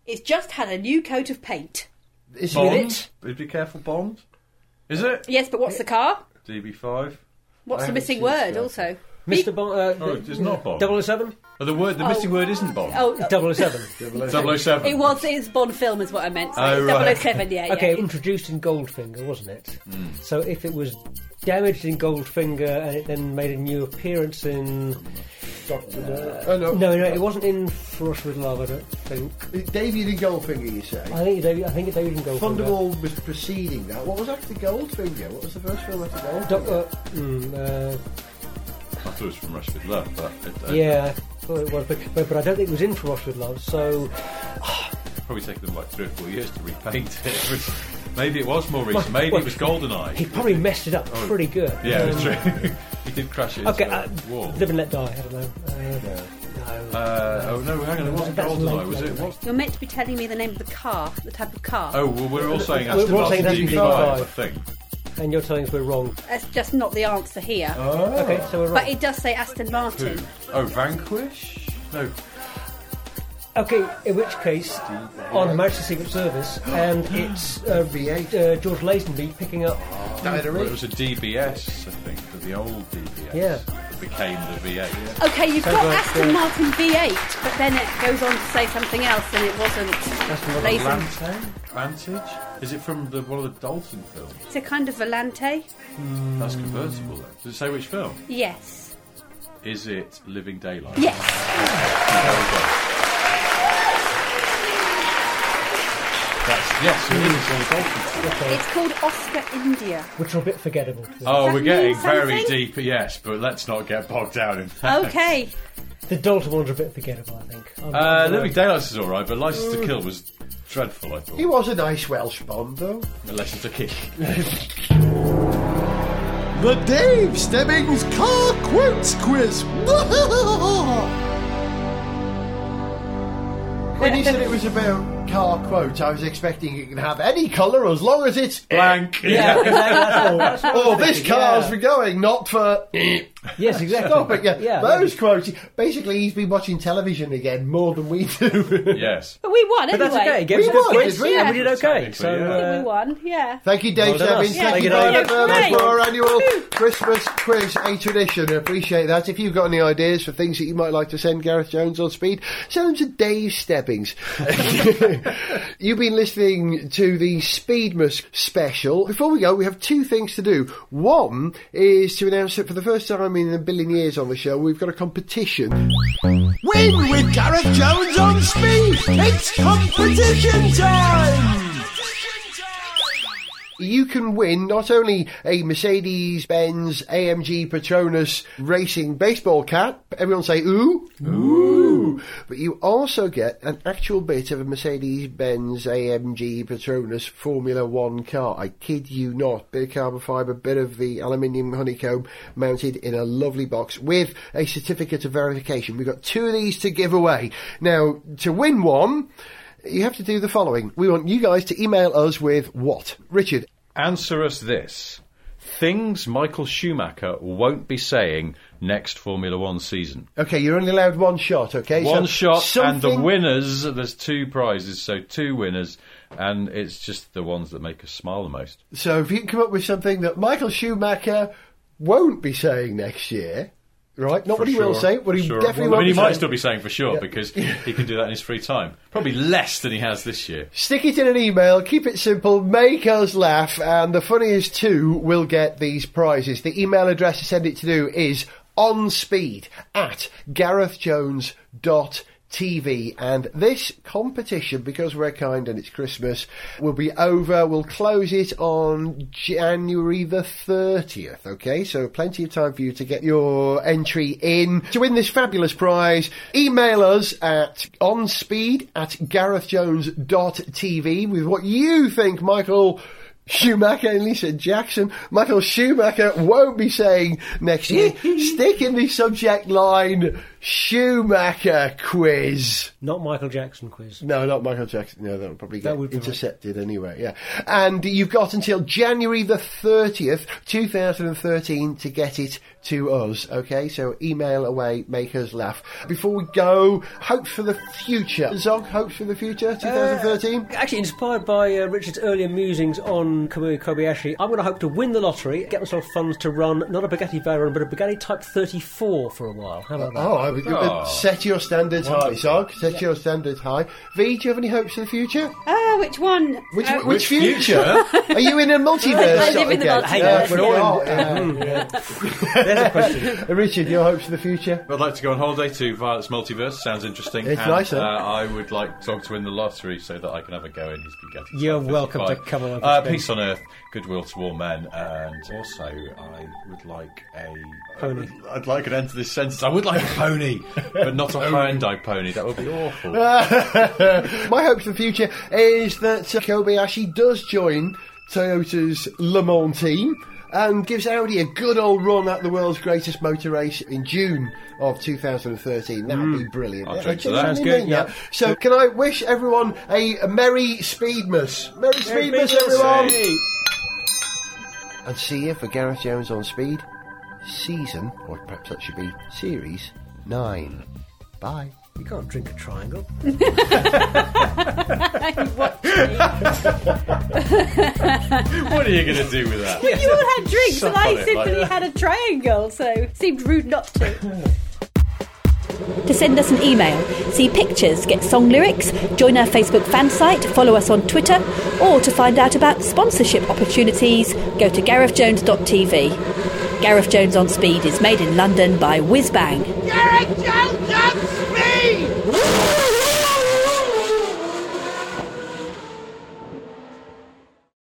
[SPEAKER 10] It's just had a new coat of paint.
[SPEAKER 2] Is
[SPEAKER 3] Bond?
[SPEAKER 10] it?
[SPEAKER 3] Be careful, Bond. Is it?
[SPEAKER 10] Yes, but what's the car?
[SPEAKER 3] DB5.
[SPEAKER 10] What's
[SPEAKER 3] I
[SPEAKER 10] the
[SPEAKER 3] haven't
[SPEAKER 10] missing
[SPEAKER 3] seen
[SPEAKER 10] word?
[SPEAKER 3] this
[SPEAKER 10] Also,
[SPEAKER 4] Mr. Bond. Uh,
[SPEAKER 3] Oh, it's not Bond.
[SPEAKER 4] 007?
[SPEAKER 3] Oh, the word, the
[SPEAKER 10] Oh.
[SPEAKER 3] missing word isn't Bond. (laughs)
[SPEAKER 10] Oh, uh,
[SPEAKER 4] 007.
[SPEAKER 3] 007.
[SPEAKER 10] It was it's Bond film, is what I meant. So
[SPEAKER 4] Oh,
[SPEAKER 10] it's
[SPEAKER 4] right.
[SPEAKER 10] 007, yeah, yeah.
[SPEAKER 4] Okay, introduced in Goldfinger, wasn't it?
[SPEAKER 3] Hmm.
[SPEAKER 4] So if it was damaged in Goldfinger and it then made a new appearance in.
[SPEAKER 2] Oh, no.
[SPEAKER 4] no, no, it wasn't in Frost with Love, I don't think.
[SPEAKER 2] David and Goldfinger, you say?
[SPEAKER 4] I think it, I think it David and Goldfinger.
[SPEAKER 2] Thunderball was preceding that. What was after Goldfinger? What was the first film after Goldfinger?
[SPEAKER 4] Doctor. Mm, uh,
[SPEAKER 3] I thought it was from Rush with Love, but it, uh,
[SPEAKER 4] yeah, well, it was, but, but, but I don't think it was in Frost with Love, so.
[SPEAKER 3] probably taken them like three or four years to repaint it. (laughs) Which, maybe it was more recent. Maybe
[SPEAKER 4] well,
[SPEAKER 3] it was Goldeneye.
[SPEAKER 4] He probably messed it up
[SPEAKER 3] Oh.
[SPEAKER 4] pretty good.
[SPEAKER 3] Yeah, it's
[SPEAKER 4] Um,
[SPEAKER 3] true. (laughs) he did crash it into
[SPEAKER 4] Okay,
[SPEAKER 3] the
[SPEAKER 4] uh,
[SPEAKER 3] wall.
[SPEAKER 4] live and let die, I don't know. Uh,
[SPEAKER 3] Uh, oh no, hang on, it wasn't
[SPEAKER 4] That's
[SPEAKER 3] Goldeneye,
[SPEAKER 4] late,
[SPEAKER 3] was it?
[SPEAKER 4] late,
[SPEAKER 3] What's
[SPEAKER 10] You're meant to be telling me the name of the car, the type of car.
[SPEAKER 3] Oh, well, we're all saying
[SPEAKER 4] We're
[SPEAKER 3] Aston
[SPEAKER 4] all saying
[SPEAKER 3] Martin
[SPEAKER 4] Aston
[SPEAKER 3] DB5, I
[SPEAKER 4] DB5.
[SPEAKER 3] think.
[SPEAKER 4] And you're telling us we're wrong.
[SPEAKER 10] That's just not the answer here.
[SPEAKER 3] Oh. Okay, so we're
[SPEAKER 10] But
[SPEAKER 3] wrong.
[SPEAKER 10] it does say Aston
[SPEAKER 3] Who?
[SPEAKER 10] Martin.
[SPEAKER 3] Oh, Vanquish? No.
[SPEAKER 4] Okay, in which case, on Emergency Secret Service,
[SPEAKER 10] (gasps)
[SPEAKER 4] and it's uh, uh, George Lazenby picking up.
[SPEAKER 3] Well, it was a DBS, I think, for the old DBS.
[SPEAKER 4] Yeah.
[SPEAKER 3] It became the V8.
[SPEAKER 10] Okay, you've
[SPEAKER 3] So
[SPEAKER 10] got
[SPEAKER 3] the-
[SPEAKER 10] Aston
[SPEAKER 3] the-
[SPEAKER 10] Martin V8, but then it goes on to say something else, and it wasn't. Lazen.
[SPEAKER 3] Vantage? Is it from the one of the Dalton films?
[SPEAKER 10] It's a kind of Volante.
[SPEAKER 3] That's convertible, then. Does it say which film?
[SPEAKER 10] Yes.
[SPEAKER 3] Is it Living Daylight?
[SPEAKER 10] Yes.
[SPEAKER 3] That's, yes, it is. on the Dalton film.
[SPEAKER 10] It's called
[SPEAKER 4] (laughs)
[SPEAKER 10] Oscar India.
[SPEAKER 4] Which are a bit forgettable. to us.
[SPEAKER 3] Oh, we're
[SPEAKER 10] mean
[SPEAKER 3] getting very
[SPEAKER 10] something?
[SPEAKER 3] deep, yes, but let's not get bogged down in that.
[SPEAKER 10] Okay.
[SPEAKER 4] The Dalton ones are a bit forgettable, I think.
[SPEAKER 3] (laughs)
[SPEAKER 4] I'm-
[SPEAKER 3] Uh,
[SPEAKER 4] I'm-
[SPEAKER 3] Living Daylights is alright, but License to Kill was dreadful, I thought.
[SPEAKER 2] He was a nice Welsh Bond, though.
[SPEAKER 3] License
[SPEAKER 2] (laughs)
[SPEAKER 3] to Kill.
[SPEAKER 13] The Dave Stebbings Car Quotes Quiz.
[SPEAKER 2] (laughs) When he said it was about car quotes, I was expecting it can have any colour as long as it's (laughs) blank.
[SPEAKER 4] Yeah, yeah, that's all- that's all
[SPEAKER 2] or
[SPEAKER 4] I'm
[SPEAKER 2] this
[SPEAKER 4] thinking,
[SPEAKER 2] car's
[SPEAKER 4] yeah.
[SPEAKER 2] for going, not for.
[SPEAKER 4] Yes, exactly.
[SPEAKER 2] Stop it, Oh, yeah.
[SPEAKER 4] Yeah.
[SPEAKER 2] Those quotes. Basically, he's been watching television again more than we do.
[SPEAKER 3] (laughs)
[SPEAKER 2] (laughs)
[SPEAKER 3] yes.
[SPEAKER 10] But we won
[SPEAKER 4] But
[SPEAKER 10] anyway.
[SPEAKER 4] that's okay. It gave us a
[SPEAKER 2] We
[SPEAKER 4] good
[SPEAKER 2] won,
[SPEAKER 4] quiz,
[SPEAKER 2] did we?
[SPEAKER 4] and we did okay.
[SPEAKER 3] Technically,
[SPEAKER 4] So,
[SPEAKER 3] yeah.
[SPEAKER 10] I think we
[SPEAKER 4] uh,
[SPEAKER 10] won, yeah.
[SPEAKER 2] Thank you, Dave
[SPEAKER 4] Well done
[SPEAKER 2] Stebbins.
[SPEAKER 4] us.
[SPEAKER 2] Thank you,
[SPEAKER 4] Thank you,
[SPEAKER 2] Dave
[SPEAKER 4] Dave.
[SPEAKER 2] Stebbins,
[SPEAKER 10] Great.
[SPEAKER 2] for our annual Christmas quiz, a tradition. I appreciate that. If you've got any ideas for things that you might like to send Gareth Jones on speed, send them to Dave
[SPEAKER 4] (laughs)
[SPEAKER 2] Stebbings. You've been listening to the Speedmas special. Before we go, we have two things to do. One is to announce that for the first time in a billion years on the show, we've got a competition.
[SPEAKER 13] Win with Gareth Jones on speed. It's competition time.
[SPEAKER 2] you can win not only a Mercedes Benz AMG Patronus racing baseball cap, everyone say ooh, ooh, but you also get an actual bit of a Mercedes Benz AMG Patronus Formula One car. I kid you not, bit of carbon fibre, bit of the aluminium honeycomb mounted in a lovely box with a certificate of verification. We've got two of these to give away. Now, to win one, you have to do the following. We want you guys to email us with what? Richard,
[SPEAKER 3] Answer us this. Things Michael Schumacher won't be saying next Formula One season.
[SPEAKER 2] Okay, you're only allowed one shot, okay?
[SPEAKER 3] One
[SPEAKER 2] So
[SPEAKER 3] shot and the
[SPEAKER 2] something-
[SPEAKER 3] winners. There's two prizes, so two winners, and it's just the ones that make us smile the most.
[SPEAKER 2] So if you can come up with something that Michael Schumacher won't be saying next year, right? Not
[SPEAKER 3] For
[SPEAKER 2] what he will
[SPEAKER 3] sure,
[SPEAKER 2] say, what
[SPEAKER 3] for
[SPEAKER 2] he
[SPEAKER 3] sure.
[SPEAKER 2] definitely
[SPEAKER 3] I
[SPEAKER 2] won't
[SPEAKER 3] mean, he
[SPEAKER 2] be
[SPEAKER 3] might
[SPEAKER 2] saying.
[SPEAKER 3] still be saying for sure because he can do that in his free time.
[SPEAKER 2] (laughs)
[SPEAKER 3] Probably less than he has this year.
[SPEAKER 2] Stick it in an email, keep it simple, make us laugh, and the funniest two will get these prizes. The email address to send it to do is onspeed at garethjones.tv. And this competition, because we're kind and it's Christmas, will be over. We'll close it on January the 30th, okay? So plenty of time for you to get your entry in. To win this fabulous prize, email us at onspeed at garethjones.tv with what you think Michael Schumacher and Lisa Jackson, Michael Schumacher won't be saying next year. Stick in the subject line Schumacher quiz.
[SPEAKER 4] Not Michael Jackson quiz.
[SPEAKER 2] No, not Michael Jackson. No, that would probably get
[SPEAKER 4] That would be right.
[SPEAKER 2] intercepted anyway. Yeah, and you've got until January the thirtieth, two thousand and thirteen, to get it to us. Okay, so email away, make us laugh. Before we go, hope for the future. Zog, hopes for the
[SPEAKER 4] Uh,
[SPEAKER 2] future, two thousand thirteen.
[SPEAKER 4] Actually, inspired by uh, Richard's earlier musings on Kamui Kobayashi, I'm going to hope to win the lottery, get myself funds to run not a Bugatti Veyron, but a Bugatti Type 34 for a while. How about that?
[SPEAKER 2] Oh, I would,
[SPEAKER 4] Oh.
[SPEAKER 2] set your standards high, Zog. Set your standards high. V, do you have any hopes for the future?
[SPEAKER 4] Uh,
[SPEAKER 10] Ah, which one?
[SPEAKER 2] Which,
[SPEAKER 10] Uh,
[SPEAKER 2] which, future? Are you in a (laughs) multiverse?
[SPEAKER 10] I live in the
[SPEAKER 2] again?
[SPEAKER 10] multiverse,
[SPEAKER 2] Yeah, we're
[SPEAKER 10] yeah.
[SPEAKER 2] all- yeah. (laughs) Richard, your hopes for the future?
[SPEAKER 3] I'd like to go on holiday to Violet's Multiverse. Sounds interesting.
[SPEAKER 2] It's
[SPEAKER 3] and,
[SPEAKER 2] nice, huh?
[SPEAKER 3] uh, I would like Zog to win the lottery so that I can have a go in his Bugatti.
[SPEAKER 4] You're
[SPEAKER 3] 555.
[SPEAKER 4] welcome to come along
[SPEAKER 3] Uh,
[SPEAKER 4] and spend-
[SPEAKER 3] peace on Earth, goodwill to all men, and also I would like a
[SPEAKER 4] Pony.
[SPEAKER 3] I'd like an end to this sentence. I would like a
[SPEAKER 4] (laughs)
[SPEAKER 3] pony, but not a Hyundai pony. That would be
[SPEAKER 10] (laughs)
[SPEAKER 3] awful.
[SPEAKER 2] My hopes for the future is that Kobayashi does join Toyota's Le Mans team and gives Audi a good old run at the world's greatest motor race in June of 2013. That would be brilliant.
[SPEAKER 3] I'll drink
[SPEAKER 2] Actually,
[SPEAKER 3] to that.
[SPEAKER 2] I
[SPEAKER 3] Sounds
[SPEAKER 2] mean
[SPEAKER 3] good,
[SPEAKER 2] that.
[SPEAKER 3] yeah.
[SPEAKER 2] So, can I wish everyone a, a merry Speedmas? Merry
[SPEAKER 4] Merry
[SPEAKER 2] Speedmas,
[SPEAKER 4] Speedmas.
[SPEAKER 2] everyone!
[SPEAKER 4] Hey.
[SPEAKER 2] And see you for Gareth Jones on Speed, season, or perhaps that should be series nine. Bye.
[SPEAKER 4] You can't drink a triangle.
[SPEAKER 3] what are you going to do with that?
[SPEAKER 10] But you all had drinks,
[SPEAKER 3] Suck
[SPEAKER 10] and I
[SPEAKER 3] on it like
[SPEAKER 10] simply
[SPEAKER 3] that.
[SPEAKER 10] had a triangle, so it seemed rude not to. To send us an email, see pictures, get song lyrics, join our Facebook fan site, follow us on Twitter, or to find out about sponsorship opportunities, go to GarethJones.tv. Gareth Jones on Speed is made in London by Whizbang.
[SPEAKER 9] Gareth Jones on speed!